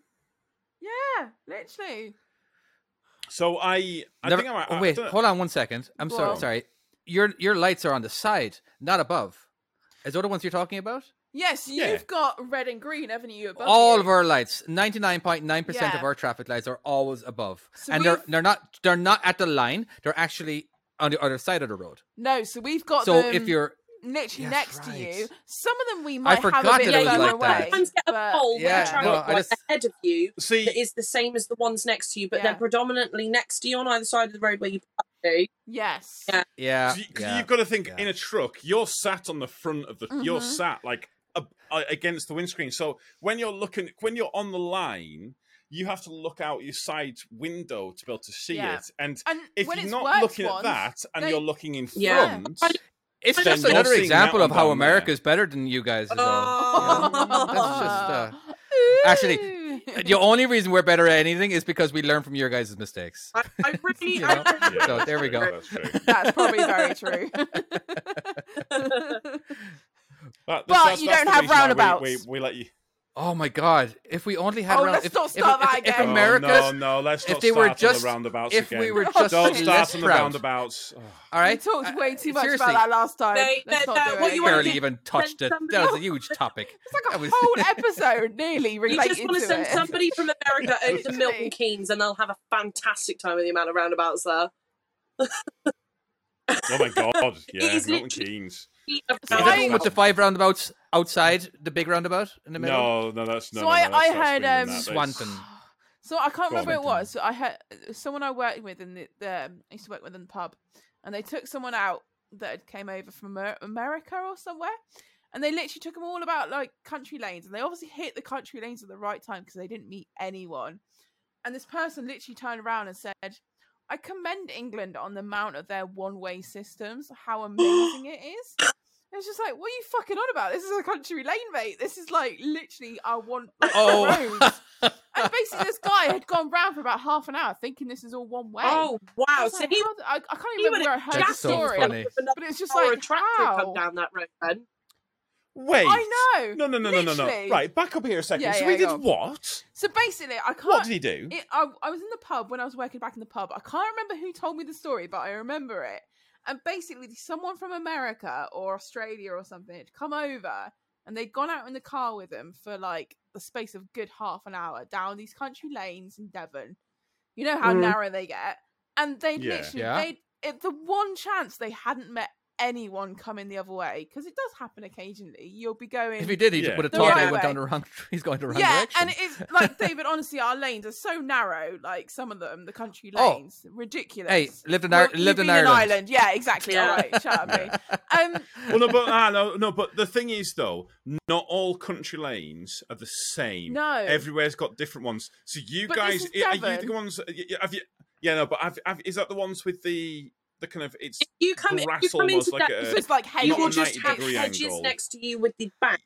C: yeah, literally.
A: So I, I
D: Never-
A: think I'm. I,
D: oh,
A: I
D: wait,
A: don't-
D: hold on one second. I'm
C: Go
D: sorry.
C: on.
D: Sorry. Your your lights are on the side, not above. Is the other ones you're talking about?
C: Yes,
A: Yeah.
C: you've got red and green, haven't you? Above
D: All
C: you?
D: of our lights, ninety nine point nine percent of
C: Yeah.
D: our traffic lights are always above,
C: So
D: and they're
C: we've-
D: they're not they're not at the line. They're actually on the other side of the road.
C: No, so we've got
D: so
C: them
D: if you're
C: literally
D: Yes,
C: next to
D: right.
C: you. Some of them we might have
D: forgot
C: a bit
D: that it was
C: further
D: like
C: away.
D: that.
E: Sometimes get a
C: but-
E: pole
D: Yeah,
E: with a traffic
A: no,
D: I
E: light
D: just-
E: ahead of you
A: see.
E: that is the same as the ones next to you, but
C: Yeah.
E: they're predominantly next to you on either side of the road where you eh? park to.
C: Yes.
E: Yeah.
D: yeah,
A: 'Cause you, 'cause
D: yeah.
A: you've got to think
D: yeah.
A: in a truck. You're sat on the front of the. You're
C: Mhm.
A: sat like a, a- against the windscreen. So when you're looking, when you're on the line, you have to look out your side window to be able to see
C: Yeah.
A: it. And
C: And
A: if
C: when
A: you're
C: it's
A: not
C: worked
A: looking
C: once,
A: at that and
C: they-
A: you're looking in
E: Yeah.
A: front,
D: it's
A: Then
D: just
A: you're
D: another
A: seeing
D: example
A: that
D: of
A: one
D: how
A: down there.
D: America's better than you guys. Is all.
E: Oh.
D: Yeah. um, That's just, uh, the only reason we're better at anything is because we learn from your guys' mistakes.
E: I, I really,
D: You know?
E: I really
A: Yeah,
D: So
A: that's
D: there we
A: true,
D: go.
A: That's true.
C: That's probably very true.
A: That-
C: But
A: that's-
C: you
A: that's
C: don't
A: the
C: have
A: reason why we-
C: roundabouts.
A: We, we let you.
D: Oh my god! If we only had
C: Oh,
D: round-
C: let's
D: if,
C: not
D: if-
C: start
D: if-
C: that
D: if
C: again.
A: Oh,
D: America's
A: no, no, let's
D: if
A: not
D: they were
A: start on
D: just-
A: the roundabouts
D: if
A: again.
D: we were
C: Don't
D: just
A: don't
D: less
A: start on the
D: proud,
A: roundabouts. Oh. Ugh.
D: All right,
C: We talked
D: I-
C: way too
D: I-
C: much
D: seriously,
C: about that last time.
E: They-
C: Let's
E: they-
C: not
E: that-
C: do
E: what
C: it.
E: you wanna
D: barely
E: do-
D: even touched it.
E: somebody
D: That was a
E: else.
D: huge topic.
C: It's like a
D: That was-
C: whole episode nearly
E: You
C: related
E: just want
C: to
E: to send
C: it.
E: somebody from America over to
C: Literally.
E: Milton Keynes and they'll have a fantastic time with the amount of roundabouts there.
A: Oh my god! Yeah,
E: is
A: Milton
E: literally-
A: Keynes.
D: Is
C: So
D: that
C: I-
D: the one with the five roundabouts outside the big roundabout in the middle?
A: No, no, that's no.
C: So
A: no, no,
C: I-
A: that's-
C: I
A: that's been
C: had,
A: in
C: um,
A: that, that's-
D: Swanton.
C: So I can't
A: Go on,
C: remember what it
D: Nathan.
C: was. So I had uh, someone I worked with in the, the um, I used to work with in the pub, and they took someone out that had came over from Amer- America or somewhere, and they literally took them all about like country lanes, and they obviously hit the country lanes at the right time because they didn't meet anyone. And this person literally turned around and said, "I commend England on the amount of their one-way systems. How amazing it is." And It's just like, what are you fucking on about? This is a country lane, mate. This is like literally our one like,
D: Oh.
C: roads. And basically, this guy had gone round for about half an hour thinking this is all one way.
E: Oh,
C: I,
E: wow.
C: was
E: So
C: like,
E: he
C: how the- I, I can't
E: he
C: even remember
E: would've
C: where I heard the
D: That's so
C: story,
D: funny.
C: but it's just
E: or
C: like
E: a tractor
C: how.
E: come down that road then.
A: Wait.
C: I
A: No,
C: know.
A: no, no, no, no, no.
C: Literally.
A: Right, back up here a second.
C: Yeah,
A: so
C: yeah,
A: he did
C: go on.
A: what?
C: So basically, I can't.
A: What did he do?
C: it, I, I was in the pub when I was working back in the pub. I can't remember who told me the story, but I remember it. And basically, someone from America or Australia or something had come over and they'd gone out in the car with them for like the space of good half an hour down these country lanes in Devon. You know how
E: Mm.
C: narrow they get. And they would
A: Yeah.
C: literally,
D: Yeah.
C: they'd, it, the one chance they hadn't met anyone coming the other way, because it does happen occasionally, you'll be going.
D: If he did, he
A: Yeah.
D: would have
C: The
D: thought
C: right
D: he went
C: way.
D: down the wrong. He's going the wrong
C: yeah,
D: direction.
C: and it's like David. Honestly, our lanes are so narrow. Like some of them, the country
D: Oh.
C: lanes, ridiculous.
D: hey, lived in
C: Well,
D: Ar-
C: you've
D: lived in
C: been
D: Ireland.
C: Yeah, exactly.
E: Yeah.
C: All right, shut up, mate. Um,
A: well, no, but ah, no, no. But the thing is, though, not all country lanes are the same.
C: No.
A: everywhere's got different ones. So you
C: But
A: guys,
C: this is
A: are you
C: Devon.
A: the ones? y- y- Have you? Yeah, no, but have, have, is that the ones with the the kind of it's
E: If you come, if
A: grass
E: you come
A: almost
E: into
A: like
E: that,
A: a-
C: so it's like hey,
E: you
A: not
E: will
A: a
E: just have
A: 90 degree
E: hedges
A: angle.
E: next to you with the back,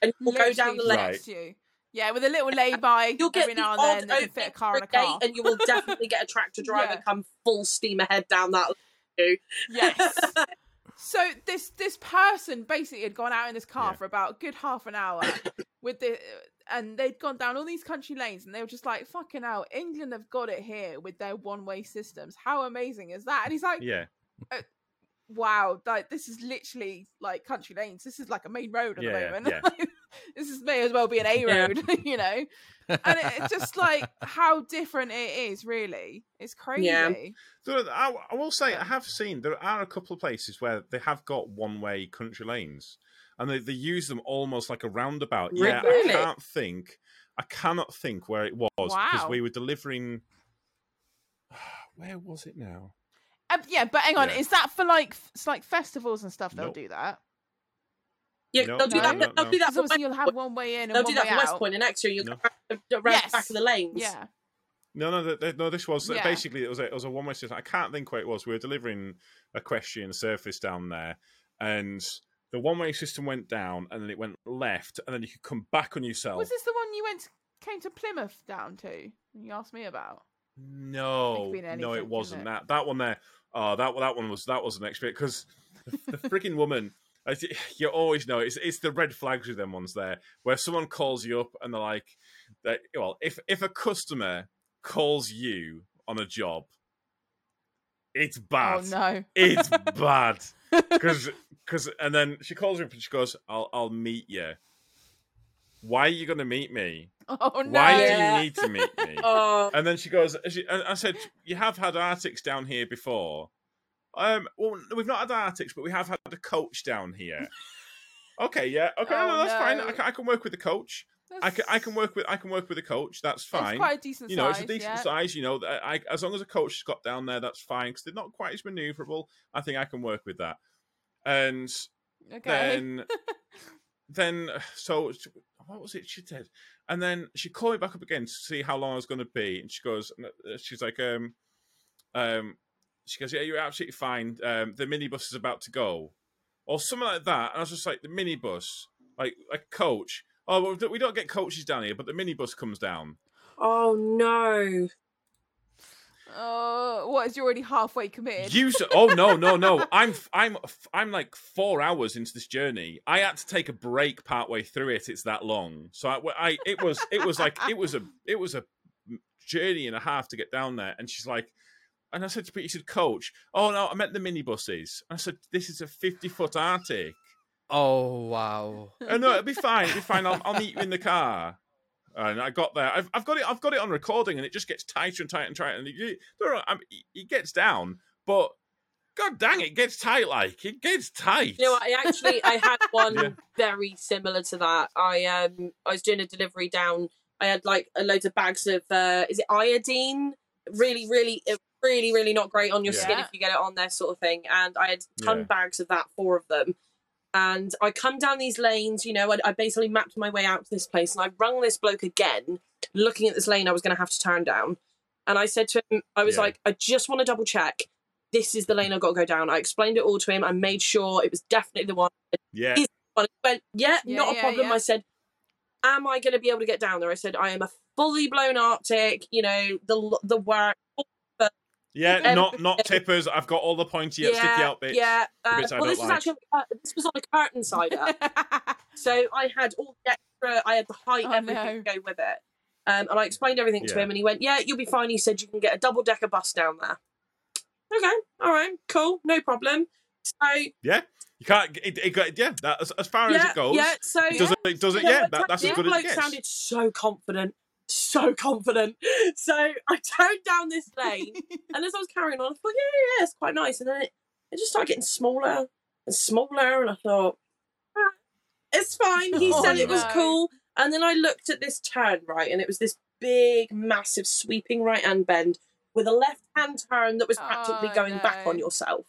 E: and you'll go down the lane.
A: Right.
C: you. Yeah, with a little lay by
E: You'll get
C: every
E: the
C: now
E: odd
C: and then that can fit a
E: opening
C: car
E: for
C: in a car.
E: gate, and you will definitely get a tractor driver
C: Yeah.
E: come full steam ahead down that. lane.
C: Yes. so this this person basically had gone out in this car
A: Yeah.
C: for about a good half an hour with the and they'd gone down all these country lanes and they were just like fucking hell england have got it here with their one-way systems how amazing is that and he's like
A: yeah,
C: wow like this is literally like country lanes this is like a main road at
A: Yeah,
C: the moment this is may as well be an a
E: Yeah.
C: road you know and it, it's just like how different it is really it's crazy
E: Yeah.
A: There are- I, I will say I
C: Um,
A: have seen there are a couple of places where they have got one-way country lanes, and they, they use them almost like a roundabout. Yeah, I
E: Really?
A: can't think. I cannot think where it was because
C: Wow.
A: we were delivering. Where was it now?
C: Um, yeah, but hang on,
A: Yeah.
C: is that for like f- it's like festivals and stuff? They'll
A: Nope.
C: do that.
E: Yeah,
A: No,
E: they'll do
C: no,
E: that.
C: no,
E: they'll
A: no.
E: do that
C: Because
E: for West
C: obviously you'll have
E: Point.
C: one way in and
E: They'll
C: one
E: do that
C: way
E: for West
C: out.
E: Point and extra. You'll
A: No.
E: go around the
C: Yes.
E: back of the lanes.
C: Yeah.
A: No, no, th th no. This was uh,
C: Yeah.
A: basically it was a, it was a one way system. I can't think where it was. We were delivering a question surface down there, and the one way system went down, and then it went left, and then you could come back on yourself.
C: Was this the one you went to, came to Plymouth down to? and You asked me about.
A: No,
C: been anything,
A: no, it
C: couldn't
A: wasn't
C: it?
A: that. That one there. Oh, that that one was that was an experience because the, the freaking woman. I thi- You always know it's it's the red flags with them ones there where someone calls you up and they're like, that, well, if if a customer calls you on a job, it's bad.
C: Oh no.
A: It's bad because because and then she calls me up and she goes, "I'll I'll meet you." Why are you going to meet me?
C: oh no.
A: Why do
E: Yeah.
A: you need to meet me?
E: Oh,
A: And then she goes, she, and I said, you have had Arctics down here before. Um, well, we've not had Arctics, but we have had a coach down here. okay, yeah, okay, no,
C: Oh,
A: no, that's fine. I
C: no.
A: can, I can work with the coach. I can, I can work with, I can work with the coach. That's
C: That's-
A: fine.
C: It's quite a decent
A: you know,
C: size.
A: it's a decent
C: yeah.
A: size. You know, that I, as long as a coach has got down there, that's fine because they're not quite as manoeuvrable. I think I can work with that. And
C: Okay.
A: then then uh, so it's- what was it she said and then she called me back up again to see how long i was going to be and she goes and, uh, she's like um um she goes yeah you're absolutely fine um the minibus is about to go or something like that and i was just like the minibus like like coach oh well, we don't- we don't get coaches down here but the minibus comes down
E: oh no.
C: Oh, what is you already halfway committed?
A: you s- oh no no no i'm f- i'm f- i'm like four hours into this journey i had to take a break partway through it it's that long so i, I it was it was like it was a it was a journey and a half to get down there and she's like and i said to Pete, you said coach oh no i meant the minibuses and i said this is a 50 foot arctic
D: Oh wow.
A: oh no it'll be fine it'll be fine i'll, I'll meet you in the car and I got there. I've, I've got it. I've got it on recording, and it just gets tighter and tighter and tighter. And it, it gets down, but god dang, it gets tight. Like it gets tight.
E: You know, what, I actually I had one
A: Yeah.
E: very similar to that. I um I was doing a delivery down. I had like a loads of bags of uh is it iodine? Really, really, uh, really, really not great on your skin
C: Yeah.
E: if you get it on there, sort of thing. And I had ton
A: Yeah.
E: bags of that, four of them. And I come down these lanes, you know, I, I basically mapped my way out to this place, and I rung this bloke again, looking at this lane I was going to have to turn down. And I said to him, I was
A: Yeah.
E: like, I just want to double check. This is the lane I've got to go down. I explained it all to him. I made sure it was definitely the one.
A: yeah,
E: He's- But he went, yeah,
C: Yeah,
E: not a
C: yeah,
E: problem.
C: yeah.
E: I said, am I going to be able to get down there? I said, I am a fully blown Arctic, you know, the the work.
A: yeah.
E: um,
A: Not not tippers. I've got all the pointy out, sticky out bits.
E: Yeah. Uh,
A: bits I
E: well,
A: don't
E: this was
A: like.
E: actually, uh, this was on a curtain cider. So I had all the extra, I had the height,
C: Oh,
E: everything
C: no.
E: to go with it. Um, and I explained everything to
A: Yeah.
E: him, and he went, Yeah, you'll be fine. He said, You can get a double decker bus down there. Okay, all right, cool, no problem. So,
A: You can't. It, it, got- yeah, that, as, as far as
E: yeah,
A: it goes,
E: yeah, so.
A: it doesn't. It doesn't.
E: You know,
A: Yeah,
E: at
A: that,
E: times
A: that's
E: this
A: as good as
E: bloke
A: it gets.
E: sounded so confident, so confident. So I turned down this lane, and as I was carrying on, I thought, yeah, yeah, yeah, it's quite nice. And then it, it just started getting smaller and smaller, and I thought, "Ah, it's fine. He
A: Oh,
E: said it was
C: no.
E: cool. And then I looked at this turn right, and it was this big, massive, sweeping right hand bend with a left hand turn that was practically
C: Oh,
E: going back
C: no.
E: on yourself.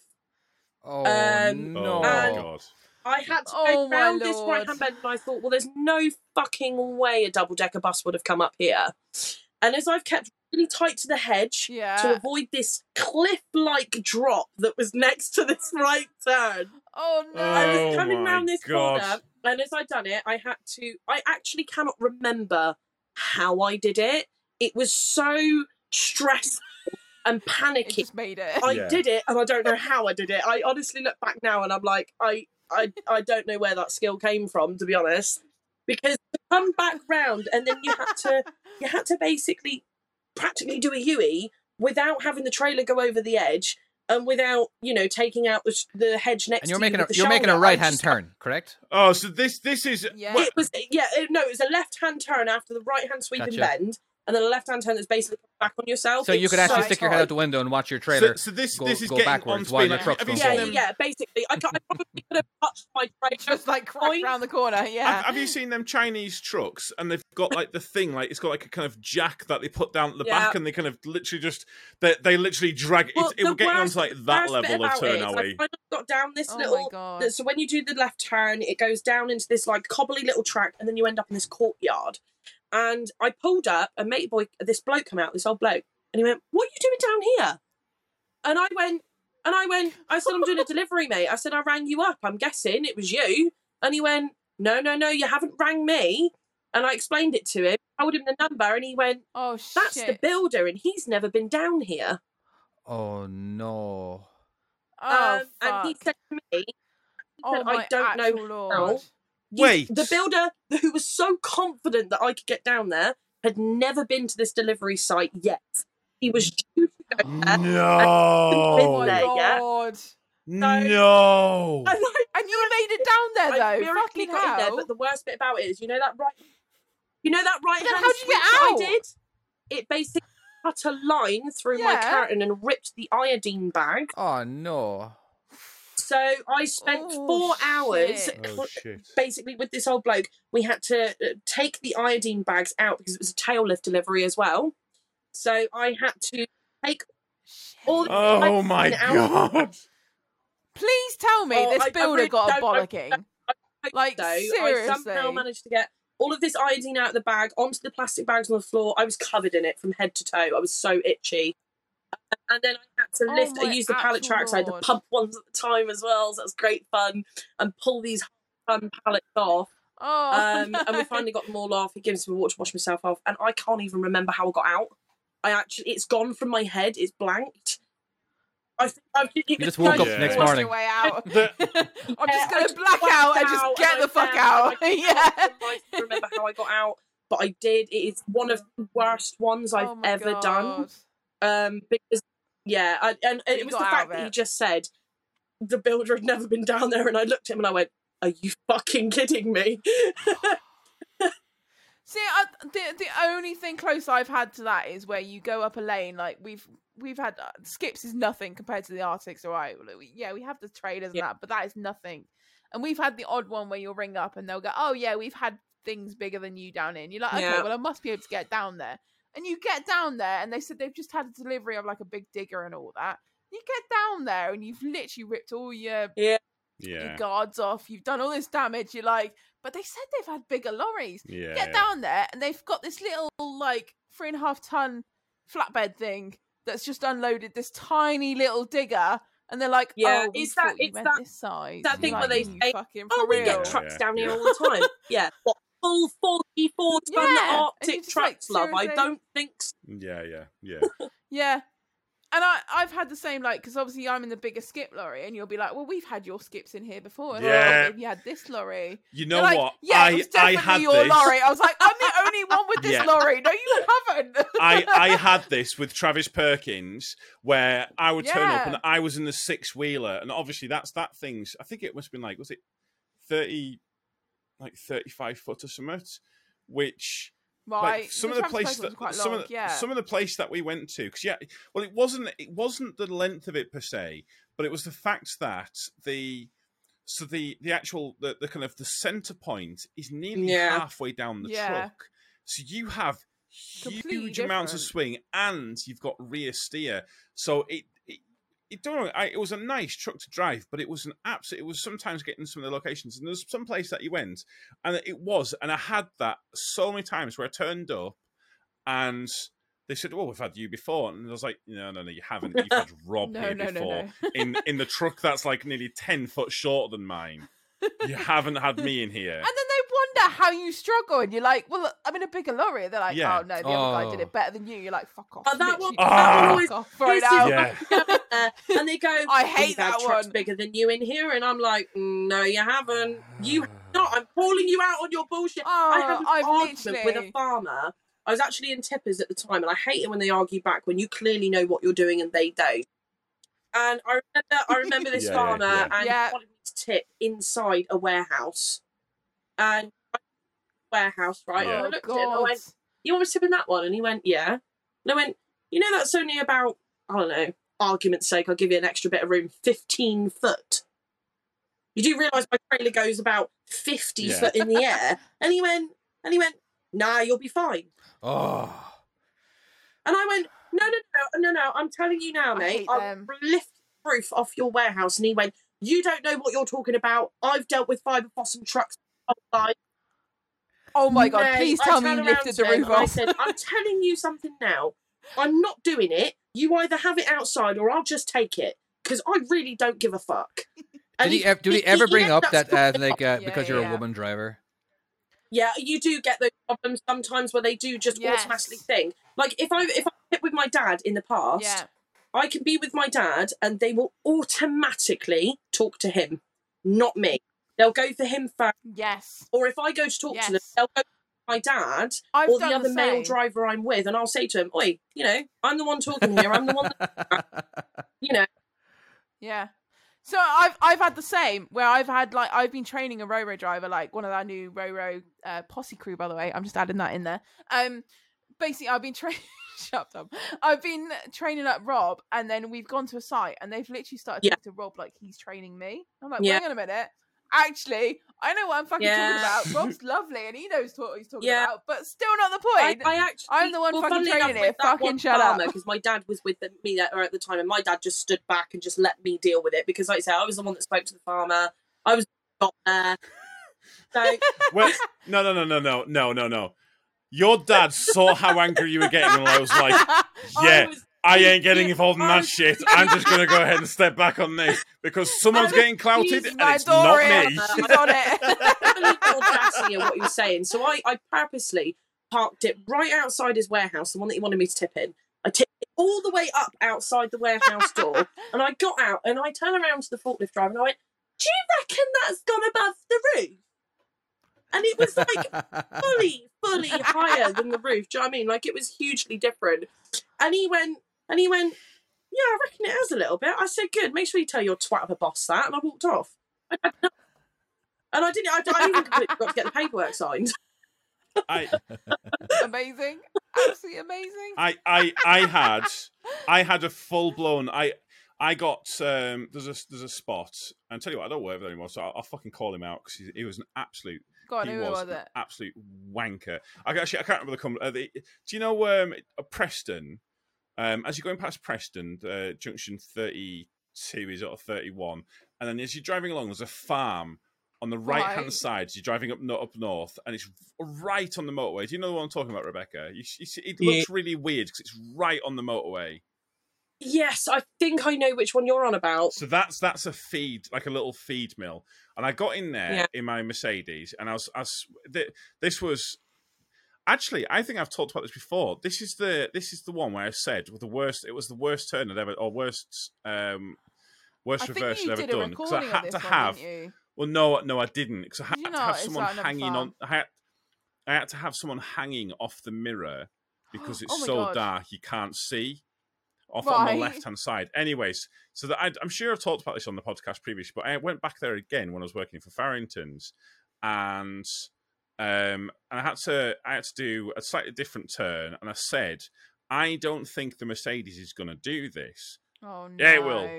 D: Oh
E: Um,
A: oh
D: no.
A: my
E: and-
A: god.
E: I had to
C: Oh,
E: go
C: my
E: round this
C: lord.
E: right hand bend and I thought, well, there's no fucking way a double decker bus would have come up here. And as I've kept really tight to the hedge to
A: Uh,
C: yeah.
E: avoid this cliff like drop that was next to this right turn,
C: Oh
E: I
C: no.
A: Oh,
E: was coming
A: my
E: round this
A: God.
E: corner. And as I done it, I had to, I actually cannot remember how I did it. It was so stressful and
C: It
E: panicky.
C: just made it.
E: I
A: Yeah.
E: did it, and I don't know how I did it. I honestly look back now, and I'm like, I, I, I don't know where that skill came from, to be honest. Because to come back round, and then you had to, you had to basically, practically do a Yui without having the trailer go over the edge, and without you know taking out the, s- the hedge next.
D: And you're
E: to you
D: making a
E: with the
D: you're making a
E: shoulder. I
D: right hand
E: just-
D: turn, correct?
A: Oh, so this this is
C: Yeah.
A: well,
E: It was yeah, it, no, it was a left hand turn after the right hand sweeping
D: Gotcha.
E: bend, and then a left hand turn that's basically back on yourself.
D: So you
E: It's
D: could actually
E: so
D: stick your head out
E: hard.
D: the window and watch your
A: So,
D: trailer
A: so this
D: go,
A: this is
D: go
A: getting
D: backwards
A: on
D: while
A: screen.
D: your
A: Like,
D: truck's
A: have you
D: going
A: seen
D: forward.
E: Yeah, yeah,
A: them-
E: yeah, basically. I, can't, I probably could have touched my trailer.
C: Just like crack
E: Point.
C: round the corner.
A: Have,
C: Yeah.
A: have you seen them Chinese trucks? And they've got like the thing, like it's got like a kind of jack that they put down at the
E: Yeah.
A: back, and they kind of literally just they they literally drag it.
E: Well,
A: it we're
E: the
A: getting
E: worst-
A: onto like
E: the
A: that
E: worst bit
A: level of
E: about it
A: turn,
E: is
A: are
E: I
A: we?
E: finally got down this
C: Oh my
E: little.
C: god.
E: th- So when you do the left turn, it goes down into this like cobbly little track, and then you end up in this courtyard. And I pulled up, a mate boy, this bloke come out, this old bloke, and he went, "What are you doing down here?" And I went, and I went, I said, "I'm doing a delivery, mate." I said, "I rang you up. I'm guessing it was you." And he went, "No, no, no, you haven't rang me." And I explained it to him, told him the number, and he went,
C: Oh
E: "That's
C: shit.
E: the builder, and he's never been down here."
D: Oh no.
C: Oh
E: um, and he
C: fuck.
E: said to me,
C: oh,
E: said, "I
C: my
E: don't know
C: actual Lord.
E: You-
A: Wait.
E: The builder who was so confident that I could get down there had never been to this delivery site yet. He was due to go there.
C: Oh
A: No,
E: Been
C: my
E: there, yeah.
C: god.
A: no.
E: And I,
C: And you laid it down
E: I
C: there though.
E: miraculously
C: Fucking
E: got in there,
C: hell.
E: but the worst bit about it is, you know that right you know that right
C: then
E: hand
C: how'd you get
E: sweep
C: out?
E: that I did? It basically cut a line through my
C: Yeah.
E: curtain and ripped the iodine bag.
D: Oh no.
E: So I spent
C: Oh,
E: four hours
C: shit.
A: Oh shit.
E: basically with this old bloke, we had to uh, take the iodine bags out because it was a tail lift delivery as well. So I had to take all. The
A: Oh
E: iodine
A: my
E: out.
A: god.
C: Please tell me
E: Oh,
C: this
E: I- I
C: builder
E: really
C: got a
E: don't know.
C: bollocking. Like,
E: Like so, I somehow
C: seriously.
E: managed to get all of this iodine out of the bag onto the plastic bags on the floor. I was covered in it from head to toe. I was so itchy. Uh, And then I had to
C: Oh
E: lift. I
C: my
E: used the pallet
C: actual
E: tracks. I had the
C: lord.
E: pump ones at the time as well, so that was great fun. And pull these fun pallets off.
C: Oh,
E: um, and we
C: no.
E: finally got them all off. It gives me water to wash myself off, and I can't even remember how I got out. I actually, it's gone from my head. It's blanked. I think I've
D: You just woke up
A: Yeah.
D: next
A: Washed
C: Washed
D: morning.
C: your way out.
A: The-
C: I'm just
E: Yeah, I
C: gonna
E: just
C: black
E: blacked
C: out and
E: out
C: just get
E: and
C: the
E: I
C: fuck
E: found-
C: out.
E: I
C: yeah.
E: I can't remember how I got out, but I did. It is one of the worst ones I've
C: Oh my
E: ever done.
C: God.
E: Um, because yeah, I, and, and
C: you
E: it was the
C: got out
E: fact
C: of
E: that he
C: it.
E: just said the builder had never been down there, and I looked at him and I went, "Are you fucking kidding me?"
C: See, I, the the only thing close I've had to that is where you go up a lane. Like we've we've had uh, skips is nothing compared to the Arctics. All right, Well, we- yeah, we have the trailers and
E: Yeah.
C: that, but that is nothing. And we've had the odd one where you'll ring up and they'll go, "Oh yeah, we've had things bigger than you down in." You're like, "Okay,
E: Yeah.
C: well I must be able to get down there." And you get down there, and they said they've just had a delivery of like a big digger and all that. You get down there, and you've literally ripped all your your
A: yeah.
C: guards off. You've done all this damage. You're like, but they said they've had bigger lorries
A: Yeah.
C: get down there and they've got this little like three and a half ton flatbed thing that's just unloaded this tiny little digger and they're like
E: Yeah,
C: oh we
E: it's that-
C: thought you
E: it's
C: meant
E: that-
C: this size
E: that
C: You're
E: thing where
C: like,
E: they
C: "You
E: say,
C: fucking
E: Oh,
C: for
E: we
C: real
E: get trucks
A: Yeah,
E: down here
A: yeah.
E: all the time. yeah. What, full 44 ton
C: Yeah, and you
E: Arctic
C: just, like,
E: trucks, love. I
C: seriously-
E: don't think so.
A: Yeah. Yeah. Yeah.
C: yeah and I, I've had the same, like, because obviously I'm in the bigger skip lorry, and you'll be like, well, we've had your skips in here before. And I can't
A: Yeah.
C: believe you had this lorry.
A: You
C: They're
A: know
C: like,
A: what?
C: Yeah,
A: I
C: it was
A: I
C: definitely
A: had
C: your
A: this.
C: lorry. I was like, I'm the only one with this
A: Yeah.
C: lorry. No, you haven't.
A: I, I had this with Travis Perkins where I would turn up
C: Yeah.
A: and I was in the six wheeler and obviously that's that thing's I think it must have been like was it thirty like thirty five foot or something which
C: right.
A: like, some of
C: the
A: the
C: transport
A: places
C: was
A: that
C: quite
A: some
C: long,
A: of the,
C: yeah.
A: some of the place that we went to because yeah well it wasn't it wasn't the length of it per se but it was the fact that the so the the actual the, the kind of the center point is nearly
E: Yeah.
A: halfway down the
C: Yeah.
A: truck so you have
C: Completely
A: huge amounts of
C: different.
A: swing and you've got rear steer so it it, it don't know, I, it was a nice truck to drive but it was an absolute it was sometimes getting some of the locations and there's some place that you went and it was and i had that so many times where i turned up and they said well we've had you before and i was like no no no you haven't you've had rob
C: no,
A: here
C: no, no,
A: before
C: no.
A: in in the truck that's like nearly 10 foot shorter than mine you haven't had me in here
C: And then they wonder how you struggle, and you're like, "Well, look, I'm in a bigger lorry." They're like,
A: Yeah.
C: "Oh no, the other guy did
D: Oh.
C: it better than you." You're like, "Fuck off!"
E: Oh, that one-
C: literally,
A: that one
C: fuck off, throw it
E: pisses
C: out.
E: me
A: yeah
E: Uh, and they go,
C: I hate
E: "We've had
C: that
E: trucks
C: one."
E: bigger than you in here. And I'm like, "Mm, no, you haven't. You
A: Ah.
E: have not. I'm calling you out on your bullshit. I had
C: Oh,
E: an
C: I've
E: argument with
C: literally.
E: a farmer. I was actually in tippers at the time, and I hate it when they argue back when you clearly know what you're doing and they don't. And I remember, I remember this
A: Yeah, yeah,
E: farmer,
A: yeah.
E: and
C: Yeah.
E: he wanted me to tip inside a warehouse, and warehouse, right?
A: Yeah.
E: And I
C: Oh
E: looked at it and I
C: god!
E: went, you want me to tip in that one? And he went, yeah. And I went, you know, that's only about, I don't know, argument's sake, I'll give you an extra bit of room, 15 foot. You do realise my trailer goes about 50
A: Yeah.
E: foot in the air. And he went, and he went, nah, you'll be fine.
D: Oh.
E: And I went, no, no, no, no, no, I'm telling you now,
C: I
E: mate,
C: hate
E: I'll
C: them.
E: lift the roof off your warehouse. And he went, you don't know what you're talking about. I've dealt with fibre fossum trucks. my whole life."
C: Oh my god!
E: No,
C: please
E: I
C: tell me
E: turned
C: you
E: around
C: lifted the
E: to him
C: roof
E: and I
C: off.
E: said, I'm telling you something now. I'm not doing it. You either have it outside or I'll just take it because I really don't give a fuck.
D: Did
E: And
D: he, ev- did he ever bring
E: ended
D: up that
E: swapping
D: uh,
E: it
D: like uh,
C: Yeah,
D: because you're
C: yeah.
D: a woman driver?
E: Yeah, you do get those problems sometimes where they do just
C: Yes.
E: automatically thing. Like if I if I hit with my dad in the past,
C: yeah,
E: I can be with my dad and they will automatically talk to him, not me. They'll go for him first.
C: yes.
E: Or if I go to talk to them,
C: Yes.
E: they'll go to my dad
C: I've
E: or the
C: done
E: other
C: the
E: male
C: same.
E: driver I'm with, and I'll say to him, Oi, you know, I'm the one talking here. I'm the one, that, you know.
C: Yeah. So I've I've had the same where I've had like I've been training a Roro driver, like one of our new Roro uh, posse crew, by the way. I'm just adding that in there. Um basically I've been training shut up. I've been training up Rob and then we've gone to a site and they've literally started
E: Yeah.
C: talking to Rob like he's training me. I'm like,
E: Yeah.
C: hang on a minute. Actually, I know what I'm fucking
E: Yeah.
C: talking about. Rob's lovely and he knows what he's talking
E: Yeah.
C: about, but still not the point.
E: I, I actually,
C: I'm the one
E: well,
C: fucking
E: funnily
C: training
E: enough,
C: it.
E: with that
C: Fucking
E: one
C: shut up.
E: Because my dad was with the, me that, or at the time, and my dad just stood back and just let me deal with it. Because, like I say, I was the one that spoke to the farmer. I was not there. So
A: Well, no, no, no, no, no, no, no, no. Your dad saw how angry you were getting, and I was like,
E: I
A: "Yeah,
E: was
A: I ain't getting
E: yeah,
A: involved in
E: I
A: that
E: was-
A: shit. I'm just gonna go ahead and step back on this because someone's
E: was
A: getting clouted,
C: Use
A: and
C: my
A: it's not
C: Dorian.
A: me."
C: She's on it.
E: believe the audacity of what he was saying. So I, I purposely parked it right outside his warehouse, the one that he wanted me to tip in. I tipped it all the way up outside the warehouse door, and I got out and I turned around to the forklift driver and I went, "Do you reckon that's gone above the roof?" And it was like fully, fully higher than the roof. Do you know what I mean? Like it was hugely different. And he went, and he went, yeah, I reckon it has a little bit. I said, good. Make sure you tell your twat of a boss that. And I walked off. and I didn't. I, I even completely forgot to get the paperwork signed.
A: I,
C: amazing. Absolutely amazing.
A: I, I, I had, I had a full blown. I, I got. Um, there's a there's a spot. And tell you what, I don't work with him anymore, so I'll, I'll fucking call him out because he was an absolute
C: Go on,
A: he
C: who
A: was,
C: was
A: an
C: it?
A: absolute wanker. I actually I can't remember the company. Uh, the, do you know um, uh, Preston? Um, as you're going past Preston, uh, junction thirty-two is or thirty-one, and then as you're driving along, there's a farm on the right-hand
C: Right.
A: side. You're driving up no- up north, and it's right on the motorway. Do you know what I'm talking about, Rebecca? You, s- you, see- it
E: Yeah.
A: looks really weird because it's right on the motorway.
E: Yes, I think I know which one you're on about.
A: So that's that's a feed, like a little feed mill. And I got in there
E: Yeah.
A: in my Mercedes, and I was, I was th- this was actually I think I've talked about this before. This is the this is the one where I said the worst. It was the worst turn I'd ever, or worst um worst
C: I
A: reverse
C: think you
A: I'd ever
C: did a
A: done because I
C: recording of
A: had
C: this
A: to
C: one,
A: have.
C: didn't you?
A: Well, no, no, I didn't because I had
C: Did you
A: to
C: not?
A: have
C: It's
A: someone
C: like another
A: hanging on.
C: farm.
A: I had, I had to have someone hanging off the mirror because it's
C: Oh my
A: so
C: God.
A: dark you can't see off on the
C: Right.
A: left hand side. Anyways, so that I, I'm sure I've talked about this on the podcast previously, but I went back there again when I was working for Farrington's, and um, and I had to I had to do a slightly different turn, and I said, I don't think the Mercedes is going to do this.
C: Oh no.
A: Yeah, it will.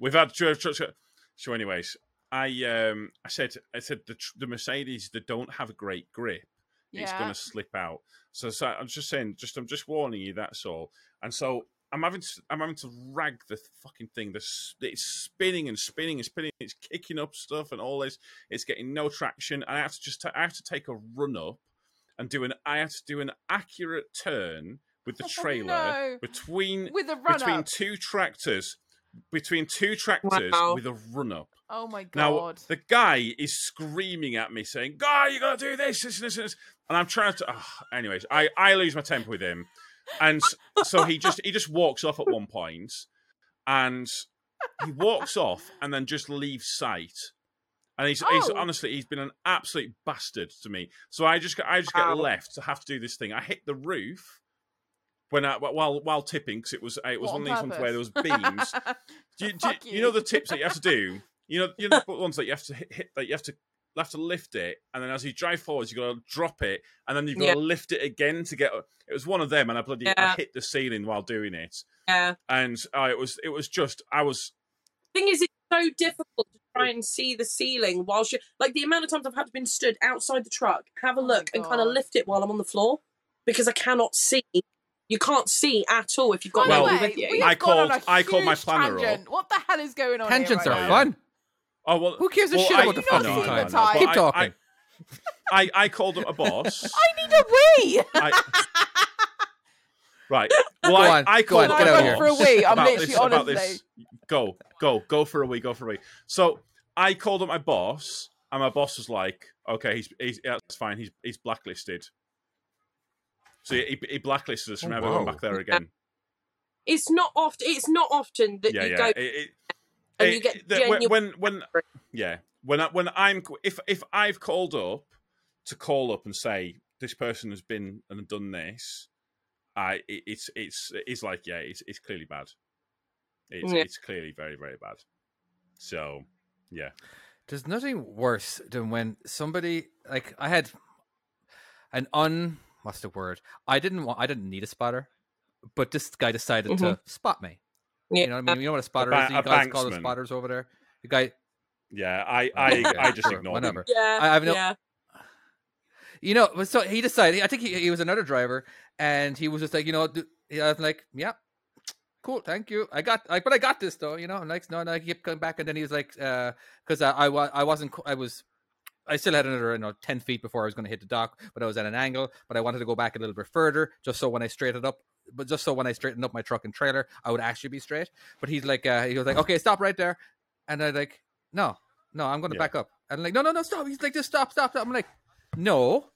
A: We've had tr- tr- tr- so, anyways. I um I said I said the tr- the Mercedes they don't have a great grip. It's
C: Yeah.
A: going to slip out. So, so I'm just saying, just I'm just warning you. That's all. And so I'm having to, I'm having to rag the fucking thing. The s- it's spinning and spinning and spinning. It's kicking up stuff and all this. It's getting no traction. And I have to just ta- I have to take a run up and do an I have to do an accurate turn with the
C: Oh,
A: trailer
C: no.
A: between
C: With a run
A: between
C: up.
A: two tractors between two tractors
E: Wow.
A: with a run up.
C: Oh my god.
A: Now the guy is screaming at me, saying, "Guy, you gotta do this, this, and this, and this." And I'm trying to. ah, anyways, I I lose my temper with him, and s- so he just he just walks off at one point, and he walks off and then just leaves sight. And he's, he's
C: Oh.
A: honestly he's been an absolute bastard to me. So I just get- I just get
E: Wow.
A: left to have to do this thing. I hit the roof when I while while tipping because it was it was
C: What,
A: one of
C: on
A: these ones where there was
C: purpose?
A: beams do you, do you,
C: Fuck
A: you know
C: you.
A: the tips that you have to do? You know, you know the ones that you have to hit, hit that you have to have to lift it, and then as you drive forwards, you got to drop it, and then you've got
E: Yeah.
A: to lift it again to get. It was one of them, and I bloody I
E: Yeah.
A: hit the ceiling while doing it,
E: Yeah.
A: and uh, it was it was just I was
E: Thing is, it's so difficult to try and see the ceiling while you like the amount of times I've had to been stood outside the truck, have a
C: Oh my
E: look, and kind of
C: God.
E: lift it while I'm on the floor because I cannot see. You can't see at all if you've got
A: By the
E: nobody
A: Well,
C: way,
E: with you.
C: we
A: I
C: have gone on
A: called-
C: a
A: I called my
C: huge
A: planner off.
C: tangent. What the hell is going on?
D: Tangents
C: here
D: are
C: right now?
D: fun.
A: oh well.
D: Who gives a
A: well,
D: shit
A: I-
D: about the
C: You've not
D: fucking
C: seen the
D: time?
C: time.
A: but
D: Keep
A: I-
D: talking.
A: I, I, I called up a boss.
C: I need a wee.
A: I- right. Well,
D: Go
A: I,
D: on,
A: I
D: go
A: called
D: on,
A: up
D: get
A: a
D: out
A: boss
D: here.
C: For a wee, I'm
A: about
C: literally
A: this, about
C: honestly-
A: this. Go, go, go for a wee, go for a wee. So I called up my boss, and my boss was like, "Okay, he's, he's yeah, that's fine. He's he's blacklisted." So he, he blacklisted us from
D: Oh,
A: everyone
D: wow.
A: back there again.
E: It's not often. It's not often that
A: Yeah,
E: you
A: yeah.
E: go
A: It- it-
E: and
A: it-
E: you get
A: that when-
E: genuine.
A: when when yeah when I, when I'm if if I've called up to call up and say this person has been and done this, I it, it's it's it's like yeah it's it's clearly bad. It's
E: Yeah.
A: it's clearly very very bad. So yeah,
D: There's nothing worse than when somebody like I had an un what's the word? I didn't want I didn't need a spotter, but this guy decided to spot me.
E: yeah.
D: You know what I mean? You know what a spotter
A: ba-
D: is? You
A: a
D: guys call the
A: banksman.
D: spotters over there. The guy
A: yeah. I I,
D: Okay,
A: I just
D: sure,
A: ignored
D: whatever.
A: him.
E: yeah,
D: I- I've no-
E: yeah.
D: You know, but so he decided. I think he, he was another driver, and he was just like, you know, d- yeah, I'm like, yeah, cool, thank you. I got, like, but I got this though, you know. And like, no, no, I kept coming back, and then he was like, because I, I, wa- I wasn't, co- I was, I still had another, you know, ten feet before I was going to hit the dock, but I was at an angle, but I wanted to go back a little bit further, just so when I straightened up, but just so when I straightened up my truck and trailer, I would actually be straight. But he's like, uh, he was like, okay, stop right there, and I like, no, no, I'm going to
A: Yeah.
D: back up, and like, no, no, no, stop. He's like, just stop, stop, stop. I'm like. No.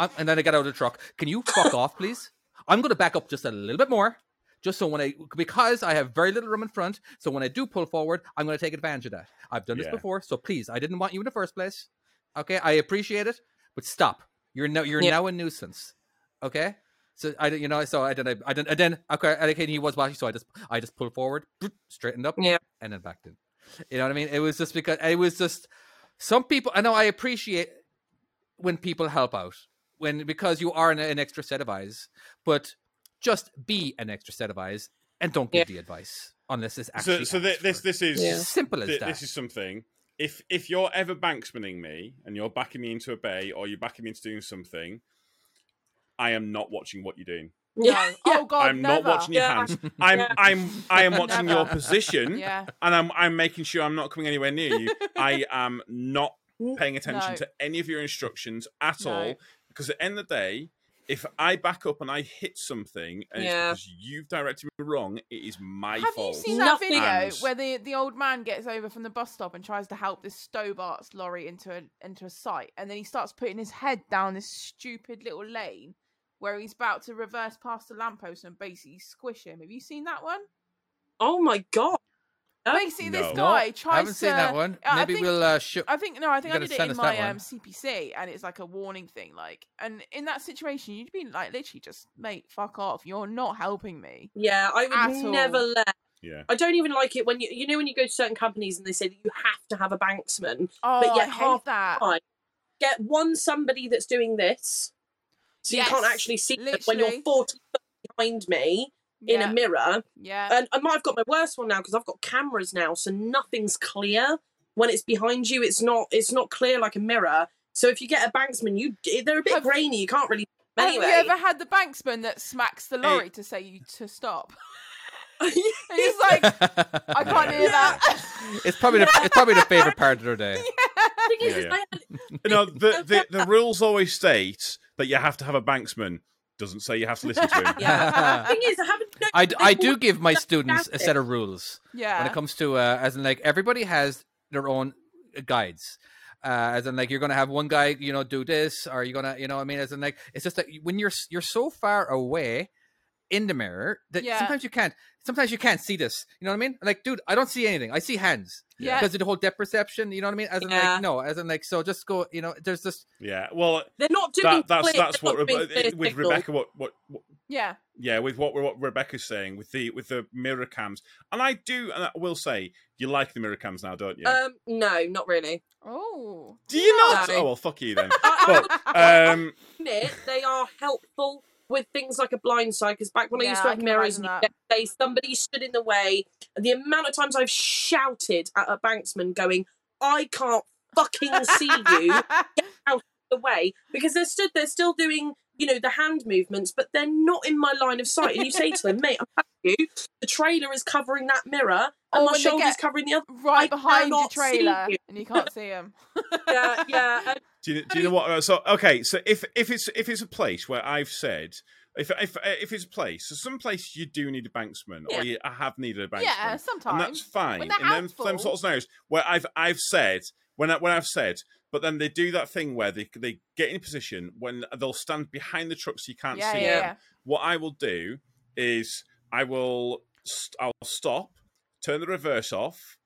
D: I'm, and then I got out of the truck. Can you fuck off, please? I'm going to back up just a little bit more, just so when I, because I have very little room in front. So when I do pull forward, I'm going to take advantage of that. I've done this
A: Yeah.
D: before, so please, I didn't want you in the first place. Okay, I appreciate it, but stop. You're now you're
E: Yeah.
D: now a nuisance. Okay, so I don't, you know, so I don't, I don't, and then okay, and again, he was watching, so I just, I just pulled forward, straightened up,
E: Yeah.
D: and then back in. You know what I mean? It was just because it was just some people. I know I appreciate when people help out when because you are an, an extra set of eyes, but just be an extra set of eyes and don't give
E: Yeah.
D: the advice unless it's
A: So
D: actually.
A: so thi-
D: asked
A: this
D: for.
A: this is
E: Yeah.
D: simple as
A: thi-
D: that.
A: this is something. If if you're ever banksmaning me and you're backing me into a bay or you're backing me into doing something, I am not watching what you're doing.
E: Yeah.
C: No. Oh God,
A: I'm
C: never.
A: not watching your
E: Yeah.
A: hands. I'm
E: Yeah.
A: I'm I am watching your
C: Never.
A: position,
C: Yeah.
A: and I'm I'm making sure I'm not coming anywhere near you. I am not paying attention
C: No.
A: to any of your instructions at
C: No.
A: all because at the end of the day, if I back up and I hit something and
E: Yeah.
A: it's because you've directed me wrong, it is my
C: Have you
A: fault.
C: seen that
E: Nothing-
C: video
A: And-
C: where the, the old man gets over from the bus stop and tries to help this Stobart's lorry into a into a site, and then he starts putting his head down this stupid little lane where he's about to reverse past the lamppost and basically squish him? Have you seen that one?
E: Oh my god. No.
C: Basically, this
A: No.
D: no,
C: guy
D: I
C: tries
D: haven't
C: to.
D: seen that one.
C: I- I
D: Maybe
C: think-
D: we'll uh, show.
C: I think no, I think I
D: gotta
C: did it in
D: send us
C: my
D: that
C: um,
D: one.
C: CPC, and it's like a warning thing. Like, and in that situation, you'd be like, literally, just mate, fuck off. You're not helping me.
E: Yeah, I
C: At
E: would never
C: all.
E: let.
A: Yeah.
E: I don't even like it when you you know when you go to certain companies and they say that you have to have a banksman.
C: Oh, I
E: yet
C: hate
E: half
C: that.
E: Fine. Get one somebody that's doing this, so you can't
C: Yes,
E: actually see them when you're
C: literally.
E: forty foot behind me in
C: yeah,
E: a mirror.
C: yeah.
E: And I might have got my worst one now because I've got cameras now, so nothing's clear when it's behind you. It's not it's not clear like a mirror. So if you get a banksman, you they're a bit
C: Have-
E: grainy. You can't really. Anyway,
C: Have you ever had the banksman that smacks the lorry to say you to stop? And he's like, I can't hear that.
D: it's probably the, it's probably the favorite part of their day.
E: The thing is,
A: Yeah,
E: is
A: yeah.
E: I had
A: No, the, the the rules always state that you have to have a banksman. Doesn't say you have to listen to him.
E: The thing is, I haven't. no,
D: I, d-
E: they
D: I
E: all
D: do give my students a
E: fantastic.
D: set of rules when
C: yeah.
D: it comes to uh, as in like everybody has their own uh, guides. Uh, as in like you're gonna have one guy you know do this or you're gonna you know what I mean as in like it's just that you- when you're s- you're so far away in the mirror that
C: Yeah.
D: sometimes you can't sometimes you can't see this you know what I mean like dude I don't see anything I see hands
C: Yeah.
D: because of the whole depth perception you know what I mean as in
E: Yeah.
D: like no as in like so just go you know there's just
A: Yeah. Well,
E: They're not doing
A: that, that's
E: clear,
A: that's
E: they're
A: what
E: not doing
A: Rebe-
E: clear
A: with
E: signal.
A: Rebecca. What what, what
C: Yeah.
A: Yeah, with what, what Rebecca's saying with the with the mirror cams, and I do, and I will say you like the mirror cams now, don't you?
E: Um, no, not really.
C: Oh.
A: do you not?
E: no.
A: Oh well, fuck you then.
E: I, I
A: But, um,
E: admit they are helpful with things like a blind side because back when I
C: Yeah,
E: used
C: I
E: to have
C: can
E: mirrors and
C: imagine
E: you'd get- they somebody stood in the way. and The amount of times I've shouted at a banksman going, I can't fucking see you the way because they're stood there still doing, you know, the hand movements, but they're not in my line of sight. And you say to them, mate, I'm telling you, the trailer is covering that mirror
C: Or
E: and my
C: Oh, when they
E: shoulder's
C: get-
E: covering the other.
C: right
E: I
C: behind your
E: cannot see
C: trailer,
E: you.
C: and you can't see him.
E: Yeah, yeah. and-
A: Do you, do you know what? uh, So okay, so if if it's if it's a place where I've said if if if it's a place, so some place you do need a banksman,
E: Yeah.
A: or you I have needed a banksman,
C: yeah,
A: and that's
C: sometimes.
A: fine.
C: When
A: And
C: they're
A: then them
C: helpful.
A: sort of scenarios where I've I've said when I, when I've said, but then they do that thing where they they get in position when they'll stand behind the truck so you can't
C: Yeah, yeah,
A: see them.
C: yeah.
A: What I will do is I will st- I'll stop, turn the reverse off,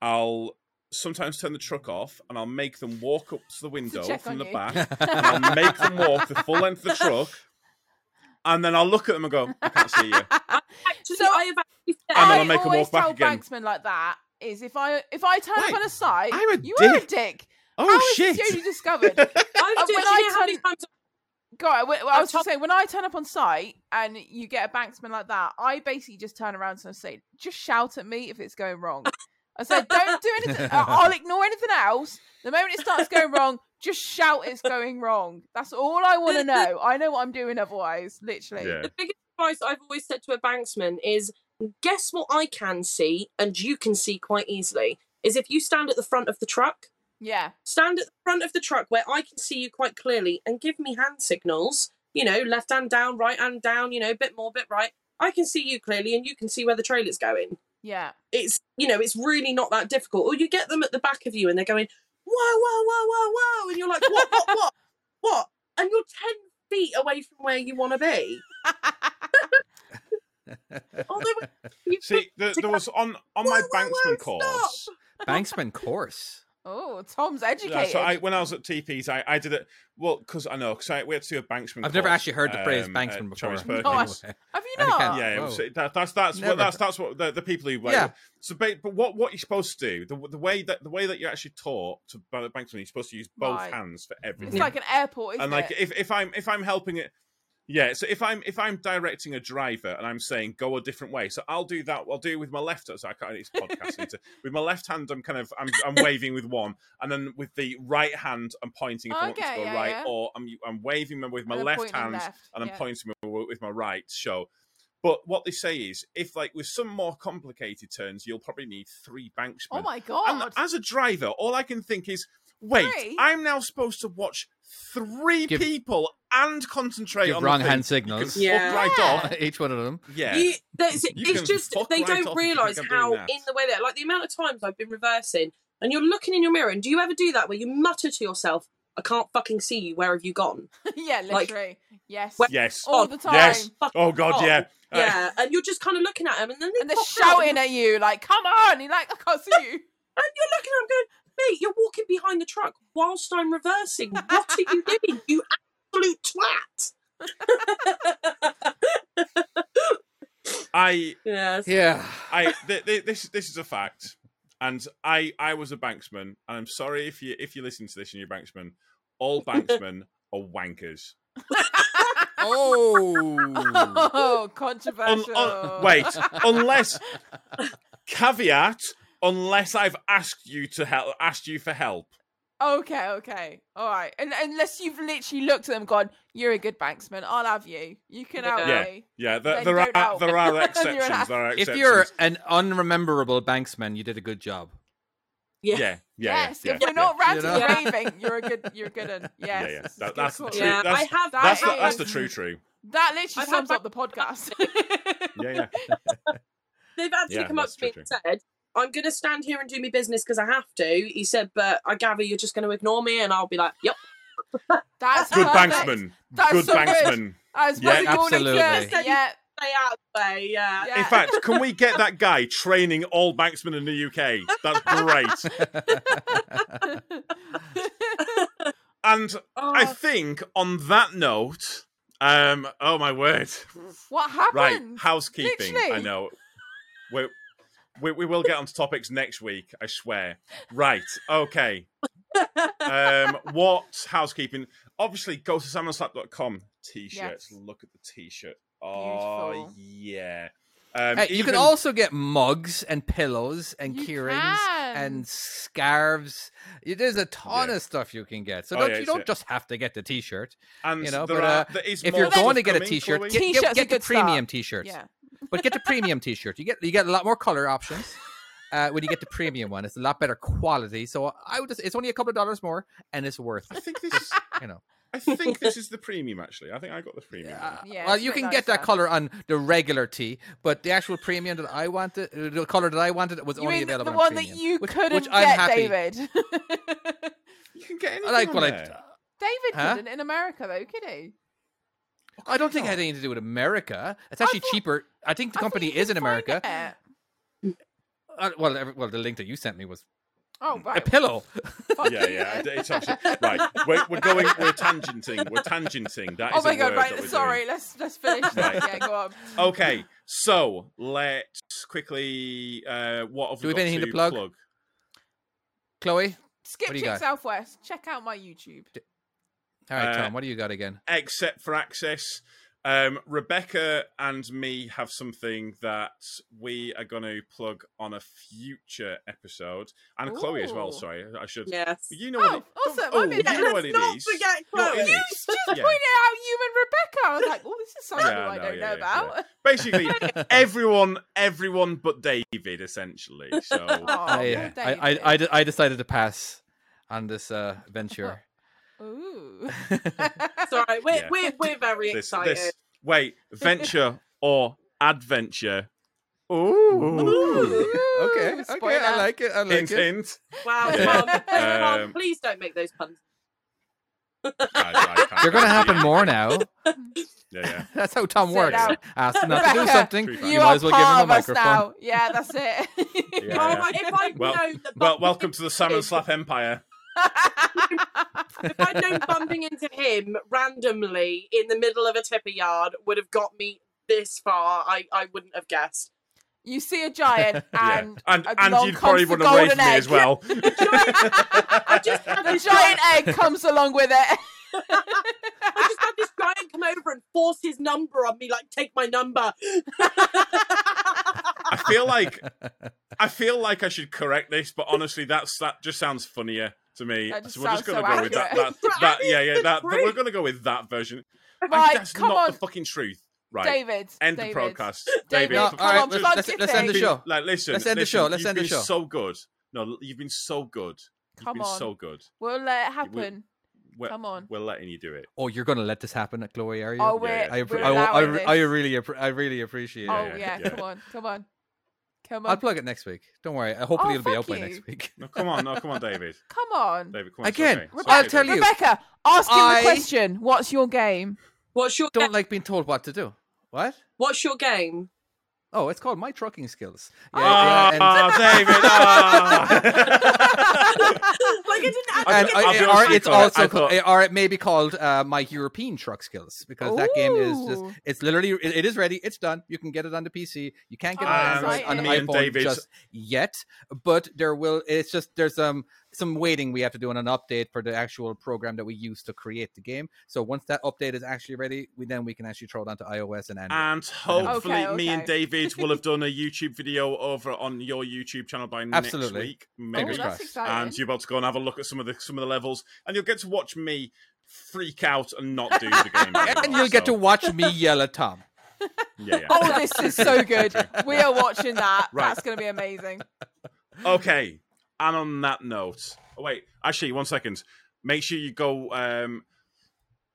A: I'll sometimes turn the truck off, and I'll make them walk up to the window
C: check
A: from
C: on
A: the
C: you.
A: back
D: Oh,
A: and I'll make them walk the full length of the truck, and then I'll look at them and go, "I can't see you."
E: Actually,
C: So-
E: I have actually said,
A: And then
C: I
A: I'll make 'em
C: always
A: walk back
C: tell
A: again.
C: banksmen like that is if I if I turn
A: Wait,
C: up on a site,
A: I'm a
C: you are a
A: dick.
C: dick.
A: Oh
C: How is this only discovered? And
E: I've do-
C: when
E: do you
C: I
E: know how many
C: turn-
E: times
C: God, well, I
E: I've
C: was just saying when I turn up on site and you get a banksman like that, I basically just turn around and say, "Just shout at me if it's going wrong." I said, "Don't do anything. I- I'll ignore anything else. The moment it starts going wrong, just shout it's going wrong. That's all I want to know. I know what I'm doing otherwise, literally."
A: Yeah.
E: the biggest advice I've always said to a banksman is guess what I can see and you can see quite easily is if you stand at the front of the truck,
C: Yeah.
E: stand at the front of the truck where I can see you quite clearly and give me hand signals, you know, left hand down, right hand down, you know, bit more, bit right. I can see you clearly and you can see where the trailer's going.
C: Yeah.
E: It's, you know, it's really not that difficult. Or you get them at the back of you and they're going, whoa, whoa, whoa, whoa, whoa. And you're like, what, what, what, what? And you're 10 feet away from where you want to be. Although you
A: See, there, there was on on my
E: Whoa, whoa, whoa,
A: banksman
E: stop.
A: course.
D: Banksman course.
C: oh, Tom's
A: Yeah,
C: educated.
A: so I, when I was at TPs, I, I did it well because I know because we had to do a banksman.
D: I've never
A: course,
D: actually heard the phrase
A: um,
D: banksman
A: at Torres
D: before.
C: No, Oh, I-
A: Perkins.
C: Have you
D: I
C: not?
D: can't-
A: Yeah, it was,
D: Whoa.
A: that, that's that's what
D: Never.
A: that's that's what the, the people who like,
D: Yeah.
A: So, ba- but what what you're supposed to do the, the way that the way that you're actually taught to by the banksman, you're supposed to use both
C: Right.
A: hands for everything.
C: It's like an airport, isn't
A: and like
C: it?
A: if, if i'm if i'm helping it yeah so if i'm if i'm directing a driver and i'm saying go a different way so i'll do that i'll do it with my left so i can't it's podcasting to, with my left hand i'm kind of I'm, I'm waving with one and then with the right hand i'm pointing if i want me
C: Okay,
A: to go
C: yeah,
A: right
C: yeah.
A: or i'm i'm waving my- with my
C: And then
A: left
C: pointing
A: hand
C: left,
A: and i'm
C: yeah.
A: pointing with my- with my right to show but what they say is if like with some more complicated turns you'll probably need three banksmen
C: Oh my
A: and
C: god!
A: as a driver, all I can think is, wait,
C: Three?
A: I'm now supposed to watch three
D: Give-
A: people and concentrate
D: Give
A: on
D: wrong
A: the thing. You
D: hand
A: can
D: signals.
A: fuck
E: Yeah.
A: right off.
D: Each one of them.
A: Yeah.
E: You, that's,
A: You
E: it's
A: can
E: just
A: fuck
E: they
A: right off if you
E: don't
A: think
E: realise
A: I'm doing
E: how
A: that.
E: in the way that like the amount of times I've been reversing and you're looking in your mirror and do you ever do that where you mutter to yourself, I can't fucking see you, where have you gone?
C: yeah,
E: like-
C: literally. yes,
E: Well-
A: Yes.
C: all the time,
A: Yes.
E: Fucking
A: Oh god, yeah. Uh,
E: Oh, Yeah. And you're just kind of looking at them and then they
C: and they're
E: pop out
C: shouting at you like, "Come on!" You're like, "I can't see you."
E: and you're looking at them going, mate, you're walking behind the truck whilst I'm reversing. What are you doing? You absolute twat.
A: I
E: Yes.
D: Yeah.
A: I th- th- this this is a fact. And I I was a banksman, and I'm sorry if you if you listen to this and you're a banksman, all banksmen are wankers.
D: Oh.
C: Oh,
A: Un-
C: controversial.
A: un- Mm. wait, unless caveat, unless I've asked you to help asked you for help.
C: Okay, okay, all right. And unless you've literally looked at them, and gone, "You're a good banksman. I'll have you. You can
E: Yeah.
C: out
A: Yeah.
C: me."
A: Yeah, there,
C: Then
A: there
C: don't
A: are
C: help.
A: there are
C: You're an
A: exceptions.
C: ass.
A: There are
D: If
A: exceptions.
D: you're an unrememberable banksman, you did a good job.
A: yeah, yeah, yeah,
C: yes,
A: yeah,
C: if we're
A: yeah.
C: not ranting
D: You
E: know?
C: and raving, you're a good, you're a good one. Yes,
A: yeah, yeah.
C: this is
A: That-
C: good
A: that's the
C: call.
A: true.
E: Yeah,
A: that's,
E: I have
C: that
A: that's, the,
C: is-
A: that's the true true.
C: That literally
E: I've had
C: sums
E: that-
C: up the podcast.
A: Yeah, yeah.
E: They've actually
A: Yeah,
E: come up
A: that's
E: to me
A: true,
E: and said, I'm going to stand here and do my business because I have to. He said, but I gather you're just going to ignore me. And I'll be like, yep.
C: That's
A: Good
C: perfect.
A: banksman.
C: That's
A: Good
C: so good.
A: banksman.
C: That's
A: Yeah,
C: what we call it,
D: absolutely.
C: yes, Yeah,
E: Stay out of the way. Yeah.
C: yeah.
A: In fact, can we get that guy training all banksmen in the UK? That's great. And
E: Oh,
C: Oh.
A: I think on that note, Um. Oh my word.
C: What
A: Right.
C: happened?
A: Housekeeping. I
C: Literally.
A: know. We, we we will get onto topics next week. I swear. Right. Okay. Um. What housekeeping? Obviously, go to salmonslap.com. T-shirts.
C: Yes.
A: Look at the T-shirt. Oh
C: Beautiful.
A: yeah. Um,
D: Hey, you
A: even-
D: can also get mugs and pillows and
C: You
D: keyrings
C: can.
D: and scarves. Y- There's a ton
A: Yeah.
D: of stuff you can get. So
A: Oh,
D: don't,
A: yeah,
D: you
A: it's
D: don't
A: it.
D: just have to get the T-shirt.
A: and
D: you know,
A: there
D: but,
A: are-
D: uh,
A: there is
D: If
A: more
D: you're going to
A: stuff
D: get a
A: coming,
D: T-shirt,
A: Chloe.
D: get, get,
C: T-shirt's a
D: get the
C: good start.
D: premium T-shirts.
C: Yeah.
D: But get the premium T-shirt. You get you get a lot more color options. Uh, when you get the premium one, it's a lot better quality. So I would just, it's only a couple of dollars more, and it's worth
A: I
D: it.
A: think this.
D: You know,
A: I think this is the premium. Actually, I think I got the premium.
D: Uh,
C: Yeah,
D: well,
C: it's a
D: you
C: bit
D: can get that
C: nicer.
D: color on the regular tee, but the actual premium that I wanted, uh, the color that I wanted, was
C: You
D: only
C: mean the
D: available. on
C: one that
D: premium,
C: you
D: which-
C: couldn't
D: which
C: get,
D: I'm happy.
C: David? David
A: You can get anything.
D: I like
A: on
D: what
A: there.
D: I. Huh?
C: couldn't in America though, could he?
D: I don't think it had anything to do with America. It's
C: I
D: actually
C: thought-
D: cheaper. I think
C: I
D: the
C: thought
D: company
C: you
D: is in
C: could find
D: America.
C: it.
D: Uh, well, every, well, the link that you sent me was
C: Oh
D: a
C: right.
D: pillow.
C: fuck
A: yeah,
C: you
A: yeah.
C: then.
A: It's actually right. We're, we're going. We're tangenting. We're tangenting. That is
C: Oh my
A: a
C: god,
A: word
C: right,
A: that we're
C: sorry,
A: doing.
C: let's let's finish this.
A: Right.
C: Yeah, go on.
A: Okay, so let's quickly. Uh, what have
D: Do
A: we
D: we
A: got
D: have anything to plug? Chloe,
C: Skip
D: What do you
C: Chick
D: got?
C: Southwest, check out my YouTube.
D: all right,
A: Uh,
D: Tom, what do you got again?
A: Except for access. Um, Rebecca and me have something that we are going to plug on a future episode, and Chloe as well.
C: Ooh.
A: Sorry, I should.
E: Yes.
A: You know
C: Oh,
A: what? it-
C: awesome,
A: don't-
C: I
A: Oh,
C: mean,
A: you
C: yeah,
A: know what it
E: not
A: is.
E: forget
A: You're in
E: Chloe.
A: it.
C: You just
A: Yeah.
C: pointed out you and Rebecca. I was like, well, this is something
A: Yeah,
C: I
A: no,
C: don't
A: yeah,
C: know
A: yeah,
C: about.
A: Basically, everyone, everyone but David, essentially. So.
C: Oh,
D: I,
C: poor
D: uh, I, I,
C: David.
D: I, de- I decided to pass on this uh, venture.
C: Ooh.
E: Sorry, we're,
A: Yeah.
E: we're, we're very
A: this,
E: excited.
A: this wait venture or adventure ooh
D: okay, okay, I
C: spoiler.
D: like it. I like
A: hint
D: it.
A: hint
E: Wow,
A: Yeah.
E: Tom, Tom,
A: Um,
E: please don't make those puns.
A: I- I can't
D: They're going to
A: do
D: happen
A: it.
D: more now.
A: yeah yeah
D: That's how Tom
C: Sit
D: works.
C: down.
D: Ask them not to do
C: Rebecca,
D: something.
A: True fact.
C: You,
A: You
C: are
D: might as well give him
C: part
D: a
C: of us
D: microphone.
C: now. Yeah, that's it.
A: Yeah.
E: Oh, right, if I
A: Well-
E: know that
A: well
E: bump-
A: welcome to the salmon slap empire
E: if I'd known bumping into him randomly in the middle of a tipper yard would have got me this far, I, I wouldn't have guessed.
C: You see a giant
A: Yeah.
C: and
A: and
C: a
A: and
C: long
A: you'd probably
C: comes the
A: run away
C: golden
A: from me as
C: egg.
A: well
E: I just had
C: the
E: this
C: giant egg comes along with it.
E: I just had this giant come over and force his number on me, like take my number.
A: i feel like i feel like i should correct this but honestly that's that just sounds funnier to me
C: That just
A: so we're just
C: sounds
A: gonna
C: so
A: go with that, that,
E: accurate.
A: that
E: That is
A: yeah yeah
E: the
A: that, that- we're
E: truth.
A: gonna go with that version And
C: Right,
A: that's
C: come
A: not
C: on,
A: the fucking truth right
C: David.
A: End
C: David.
A: the broadcast,
C: David,
A: David.
D: No,
A: for
D: all right,
C: on,
D: let's,
C: plug
D: let's,
C: your
D: let's end the
C: thing.
D: show.
A: Like, listen,
D: Let's end the
A: listen,
D: show, let's
A: you've
D: end the
A: been
D: show.
A: So good. No, you've been so good. You've
C: Come
A: been
C: on.
A: so good.
C: We'll let it happen.
A: We're,
C: Come on.
A: we're letting you do it.
D: Oh, you're going to let this happen, Chloe, are you?
C: Oh, we're,
A: yeah.
D: I, appre-
C: we're
D: I, I,
C: allowing
D: re-
C: this.
D: I really, appre- I really appreciate
C: Oh
D: it.
A: yeah,
C: yeah,
A: yeah.
C: come on, come on, come on,
D: I'll plug it next week. Don't worry. Uh, Hopefully,
C: Oh,
D: it'll be
C: fuck
D: out by
C: you.
D: next week.
A: No, come on, no, come on, David.
C: come on.
A: David, come on. it's
D: Again,
A: okay. It's
D: Rebecca, I'll
A: okay,
D: tell
A: David.
D: you.
C: Rebecca, ask him
D: I-
C: the question. What's your game?
E: What's your
D: Don't like being told what to do. What?
E: What's your game?
D: Oh, it's called my trucking skills.
A: Ah,
D: and-
A: David. ah.
E: like I didn't actually
D: and
E: get
A: I'll
D: I,
A: be honest
D: or
A: with you,
D: it's
A: Chloe, I
D: also
A: thought-
D: ca- or it may be called uh, my European truck skills because that game is
C: Ooh.
D: just it's literally it, it is ready it's done you can get it on the PC you can't get it
C: Oh,
D: on, Android,
C: exciting.
D: on
C: Me
A: and
D: iPhone
A: David's-
D: just yet but there will it's just there's um some waiting we have to do on an update for the actual program that we use to create the game so once that update is actually ready we then we can actually throw it onto iOS and Android.
A: and hopefully,
C: Okay,
A: me and
C: okay.
A: David will have done a YouTube video over on your YouTube channel by
D: Absolutely.
A: next week.
C: Oh,
A: Maybe.
D: Fingers
C: that's
D: crossed.
C: exciting.
A: and you're able to go and have a look at some of the some of the levels, and you'll get to watch me freak out and not do the game. very
D: and
A: well,
D: you'll get to
A: so,
D: watch me yell at Tom
A: yeah, yeah.
C: Oh, this is so good. We are watching that.
A: Right.
C: That's going to be amazing.
A: Okay. And on that note, oh, wait, actually, one second. Make sure you go um,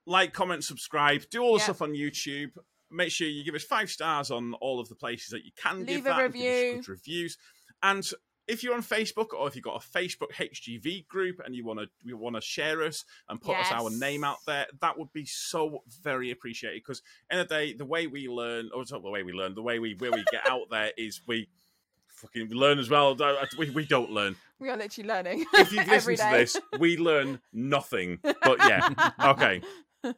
A: like, comment, subscribe, do all the
C: Yeah.
A: stuff on YouTube. Make sure you give us five stars on all of the places that you can give
C: Leave a
A: that. and give us
C: review.
A: good reviews. And if you're on Facebook or if you've got a Facebook HGV group and you want to you want to share us and put us our
C: Yes.
A: name out there, that would be so very appreciated. Because in the day, the way we learn, or it's not the way we learn, the way we where we get out there is we fucking learn as well. uh, We, we don't learn.
C: We are literally learning.
A: If you've
C: Every
A: listened to
C: day.
A: this, we learn nothing. But yeah, okay. And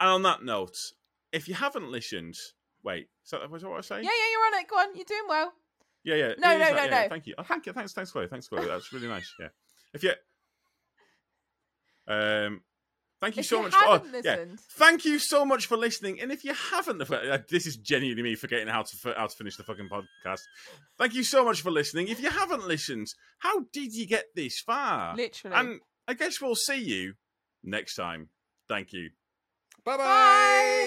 A: on that note, if you haven't listened, wait, is that, was that what I was saying?
C: Yeah, yeah, you're on it. Go on, you're doing well.
A: Yeah, yeah.
C: No,
A: it is
C: no,
A: that,
C: no,
A: yeah, yeah,
C: no.
A: Thank you. Oh, thank you. Thanks, thanks, Chloe. Thanks, Chloe. That's really nice. Yeah. If you, um, thank you
C: If
A: so
C: you
A: much. For, oh,
C: haven't
A: yeah.
C: listened.
A: Thank you so much for listening. And if you haven't, uh, this is genuinely me forgetting how to fi- how to finish the fucking podcast. Thank you so much for listening. If you haven't listened, how did you get this far?
C: Literally.
A: And I guess we'll see you next time. Thank you.
D: Bye-bye.
C: Bye.